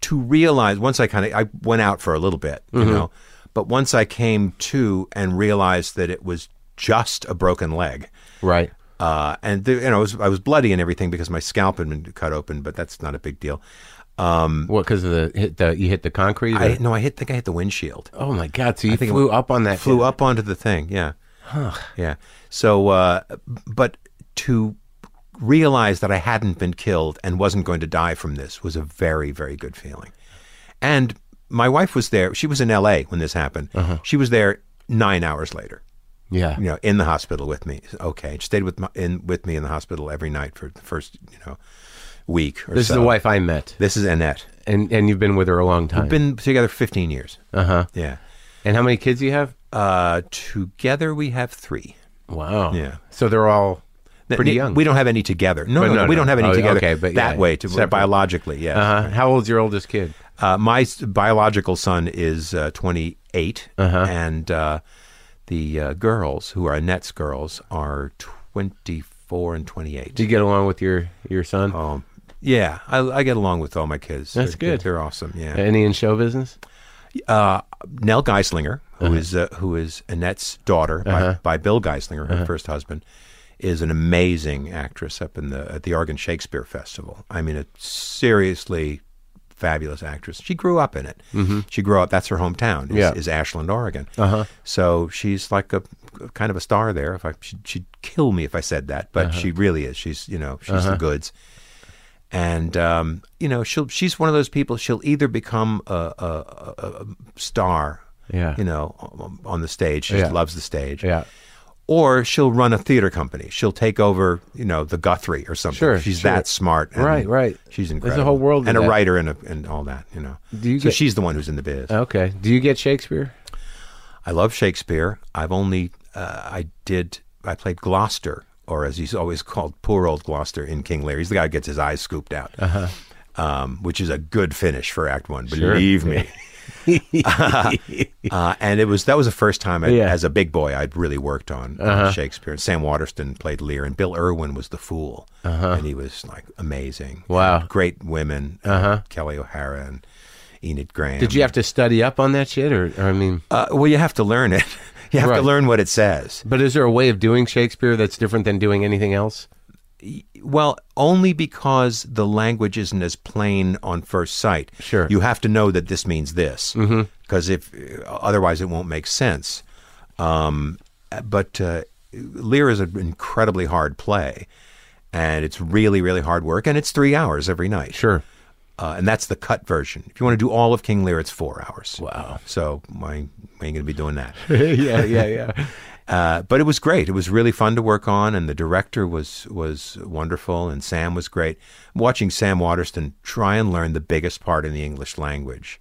to realize once I kind of I went out for a little bit, you know, but once I came to and realized that it was just a broken leg.
Right.
Uh, and the, you know, I was, I was bloody and everything because my scalp had been cut open, but that's not a big deal.
Um, What? Because of the hit the you hit the concrete.
I
or-
no, I hit think I hit the windshield.
oh my god! So you
think it
flew up on that.
flew up onto the thing. Yeah. Yeah. So, uh, but to realize that I hadn't been killed and wasn't going to die from this was a very, very good feeling. And my wife was there. She was in LA when this happened.
Uh-huh.
She was there nine hours later,
Yeah.
you know, in the hospital with me. Okay. She stayed with my, in, with me in the hospital every night for the first, you know, week or
This
so.
is the wife I met,
This is Annette.
and and you've been with her a long time.
Been together 15 years.
Uh huh.
Yeah.
And how many kids you have?
Uh, together we have three.
Wow.
Yeah.
So they're all
Th-
pretty
ne-
young.
We don't have any together. No,
But
no,
no,
no, we
no.
don't have any
Oh,
together.
okay, but
that
yeah,
way, to,
separate.
biologically, yeah.
Uh-huh. How old's your oldest kid?
Uh, my s- biological son is uh, 28,
Uh-huh.
and uh, the uh, girls, who are Annette's girls, are 24 and 28.
Did you get along with your your son?
um, yeah, I, I get along with all my kids.
That's
They're-
good.
They're awesome. Yeah.
Any in show business?
Nell Geislinger,
Uh-huh.
who is uh, who is Annette's daughter by, by Bill Geislinger,
Uh-huh.
her first husband, is an amazing actress up in the at the Oregon Shakespeare Festival. I mean, a seriously fabulous actress. She grew up in it. Mm-hmm. She grew up. That's her hometown. Is,
Yeah.
is Ashland, Oregon. Uh-huh. So she's like a kind of a star there. If I she, she'd kill me if I said that, but
Uh-huh.
she really is. She's you know she's the goods and um, you know she'll she's one of those people she'll either become a, a, a, a star
Yeah.
you know on- on the stage she just
Yeah.
loves the stage
Yeah.
or she'll run a theater company she'll take over you know the guthrie or something
Sure,
she's
sure.
that smart and
Right, right.
she's
There's a
incredible
whole world of
and a
that.
writer and a, and all that you know
Do you
so
get-
she's the one who's in the biz
Okay. Do you get Shakespeare?
I love Shakespeare I've only uh, I did I played Gloucester or as he's always called poor old Gloucester in King Lear he's the guy who gets his eyes scooped out uh-huh um, which is a good finish for Act One. Believe me. uh, and it was that was the first time I,
Yeah. Uh-huh.
as a big boy I'd really worked on on Shakespeare. And Sam Waterston played Lear, and Bill Irwin was the fool, and he was like amazing.
Uh-huh. Wow. Uh-huh.
And great women, uh, Kelly O'Hara and Enid Graham.
Did you have to study up on that shit, or, or I mean,
Uh, well, you have to learn it. You have
Right.
to learn what it says.
but is there a way of doing Shakespeare that's different than doing anything else?
Well, only because the language isn't as plain on first sight.
Sure. Mm-hmm.
You have to know that this means this. Because if otherwise it won't make sense. Um, but uh, Lear is an incredibly hard play. And it's really, really hard work. And it's three hours every night.
Sure.
Uh, and that's the cut version. If you want to do all of King Lear, it's four hours. Wow. So I ain't going to be doing that.
yeah, yeah, yeah.
Uh, but it was great. It was really fun to work on, and the director was was wonderful, and Sam was great. Watching Sam Waterston try and learn the biggest part in the English language,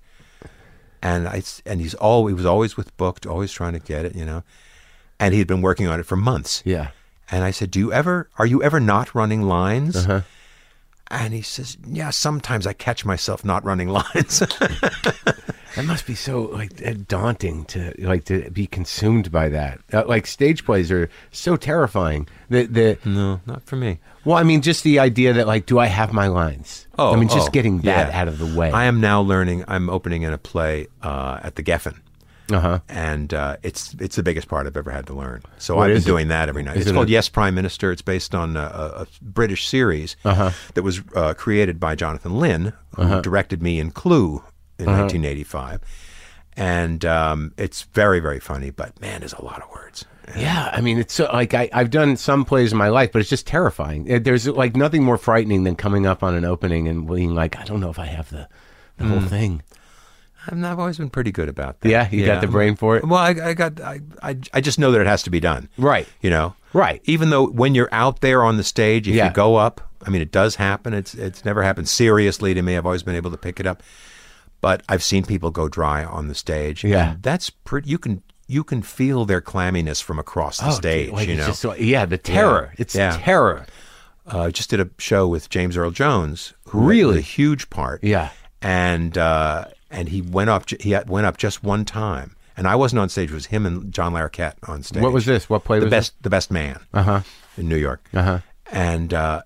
and I s- and he's all he was always with booked, always trying to get it, you know, and he had been working on it for months.
Yeah.
And I said, "Do you ever? Are you ever not running lines?" And he says, "Yeah, sometimes I catch myself not running lines."
That must be so like uh, daunting to like to be consumed by that. Uh, like stage plays are so terrifying. The the
no, not for me.
well, I mean, just the idea that like, do I have my lines? I mean, just
oh,
getting that
yeah.
out of the way.
I am now learning. I'm opening in a play uh, at the Geffen,
uh huh.
and uh, it's it's the biggest part I've ever had to learn. So
What
I've been
is it?
doing that every night.
Is
it's
it
called
a-
Yes, Prime Minister. It's based on a, a, a British series
Uh-huh.
that was uh, created by Jonathan Lynn, who directed me in Clue in
Uh-huh.
1985, and um, it's very very funny. But man, there's a lot of words.
Yeah, I mean, it's so, like I, I've done some plays in my life, but it's just terrifying. Uh, There's like nothing more frightening than coming up on an opening and being like, I don't know if I have the, the
Hmm.
whole thing.
I'm, I've always been pretty good about that.
Yeah, you got the brain for it?
Well, I, I got. I, I I just know that it has to be done.
Right.
You know.
Right.
Even though when you're out there on the stage, if
Yeah.
you go up, I mean, it does happen. It's it's never happened seriously to me. I've always been able to pick it up, but I've seen people go dry on the stage.
Yeah.
and that's pretty. You can you can feel their clamminess from across the
Oh, dude,
stage.
like,
you
it's
know.
just so- yeah, the terror. It's
Yeah.
terror.
uh, just did a show with James Earl Jones, who
Really?
was a huge part.
Yeah.
and uh, and he went up. ju- He had- went up just one time, and I wasn't on stage. It was him and John Larroquette on stage.
What was this? What play
the
was
best? The best man. Uh huh. In New York. Uh huh. And uh,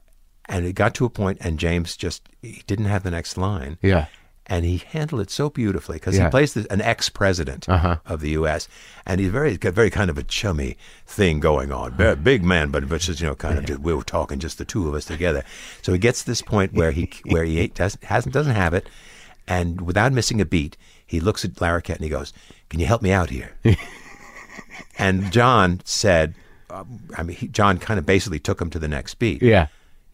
and it got to a point, and James just he didn't have the next line.
This? Yeah.
And he handled it so beautifully because
Yeah. Uh-huh.
he plays the, an ex-president of the U.S. and he's very got very kind of a chummy thing going on, Very big man, but but just you know kind of just, we were talking just the two of us together. So he gets to this point where he where he ain't- doesn't hasn't doesn't have it, and without missing a beat, he looks at Larroquette and he goes, "Can you help me out here?" and John said, um, "I mean, he, John kind of basically took him to the next beat."
Yeah.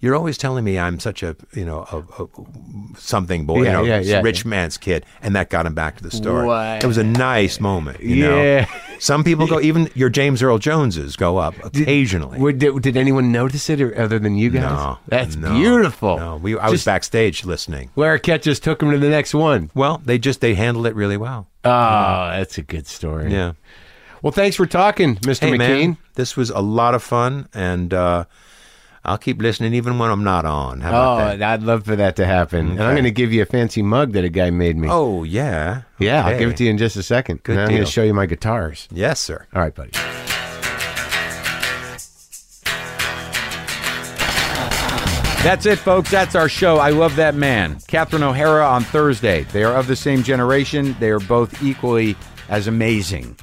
You're always telling me I'm such a you know a, a something boy,
Yeah,
you know,
yeah, yeah,
rich man's kid, and that got him back to the story.
Wow.
It was a nice moment. You
Yeah.
Know? Some people go even your James Earl Joneses go up occasionally.
Would, did, did anyone notice it or, other than you guys?
No,
That's
no,
beautiful.
No, we, I was
Just-
backstage listening.
Larroquette just took him to the next one.
Well, they just they handled it really well.
Oh, that's a good story.
Yeah.
Well, thanks for talking, Mr.
Hey
McCain.
man, this was a lot of fun, and uh, I'll keep listening even when I'm not on. How about
Oh,
that?
and I'd love for that to happen. And I'm
Okay.
going to give you a fancy mug that a guy made me.
Oh yeah,
yeah. I'll give
Okay.
it to you in just a second.
Good
and I'm going
deal.
to show you my guitars.
Yes, sir.
All right, buddy.
That's it, folks. That's our show. I love that man. Catherine O'Hara on Thursday. They are of the same generation. They are both equally as amazing.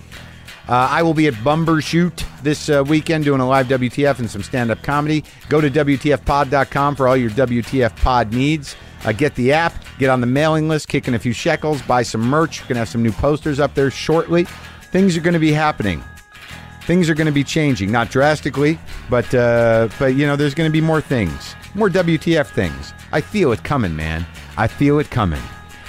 Uh, I will be at Bumbershoot this uh, weekend doing a live WTF and some stand up comedy. Go to WTFpod.com for all your WTF pod needs. Uh, get the app, get on the mailing list, kick in a few shekels, buy some merch. We're going to have some new posters up there shortly. Things are going to be happening things are going to be changing, not drastically, but uh, but you know, there's going to be more things, more WTF things. I feel it coming, man. I feel it coming.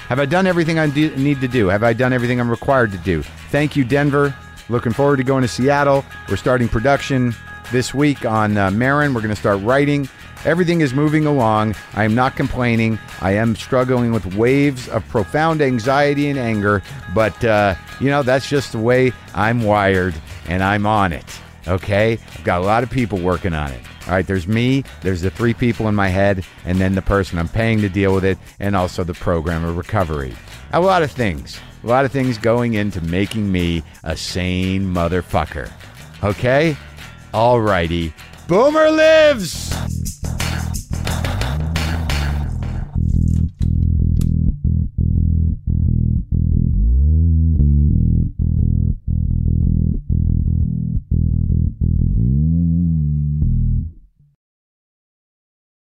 Have I done everything I do, need to do? Have I done everything I'm required to do? Thank you, Denver. Looking forward to going to Seattle. We're starting production this week on uh, Marin. We're going to start writing. Everything is moving along. I am not complaining. I am struggling with waves of profound anxiety and anger, but uh, you know, that's just the way I'm wired and I'm on it. Okay? I've got a lot of people working on it. All right, there's me, there's the three people in my head, and then the person I'm paying to deal with it, and also the program of recovery. A lot of things. A lot of things going into making me a sane motherfucker. Okay? Alrighty. Boomer lives!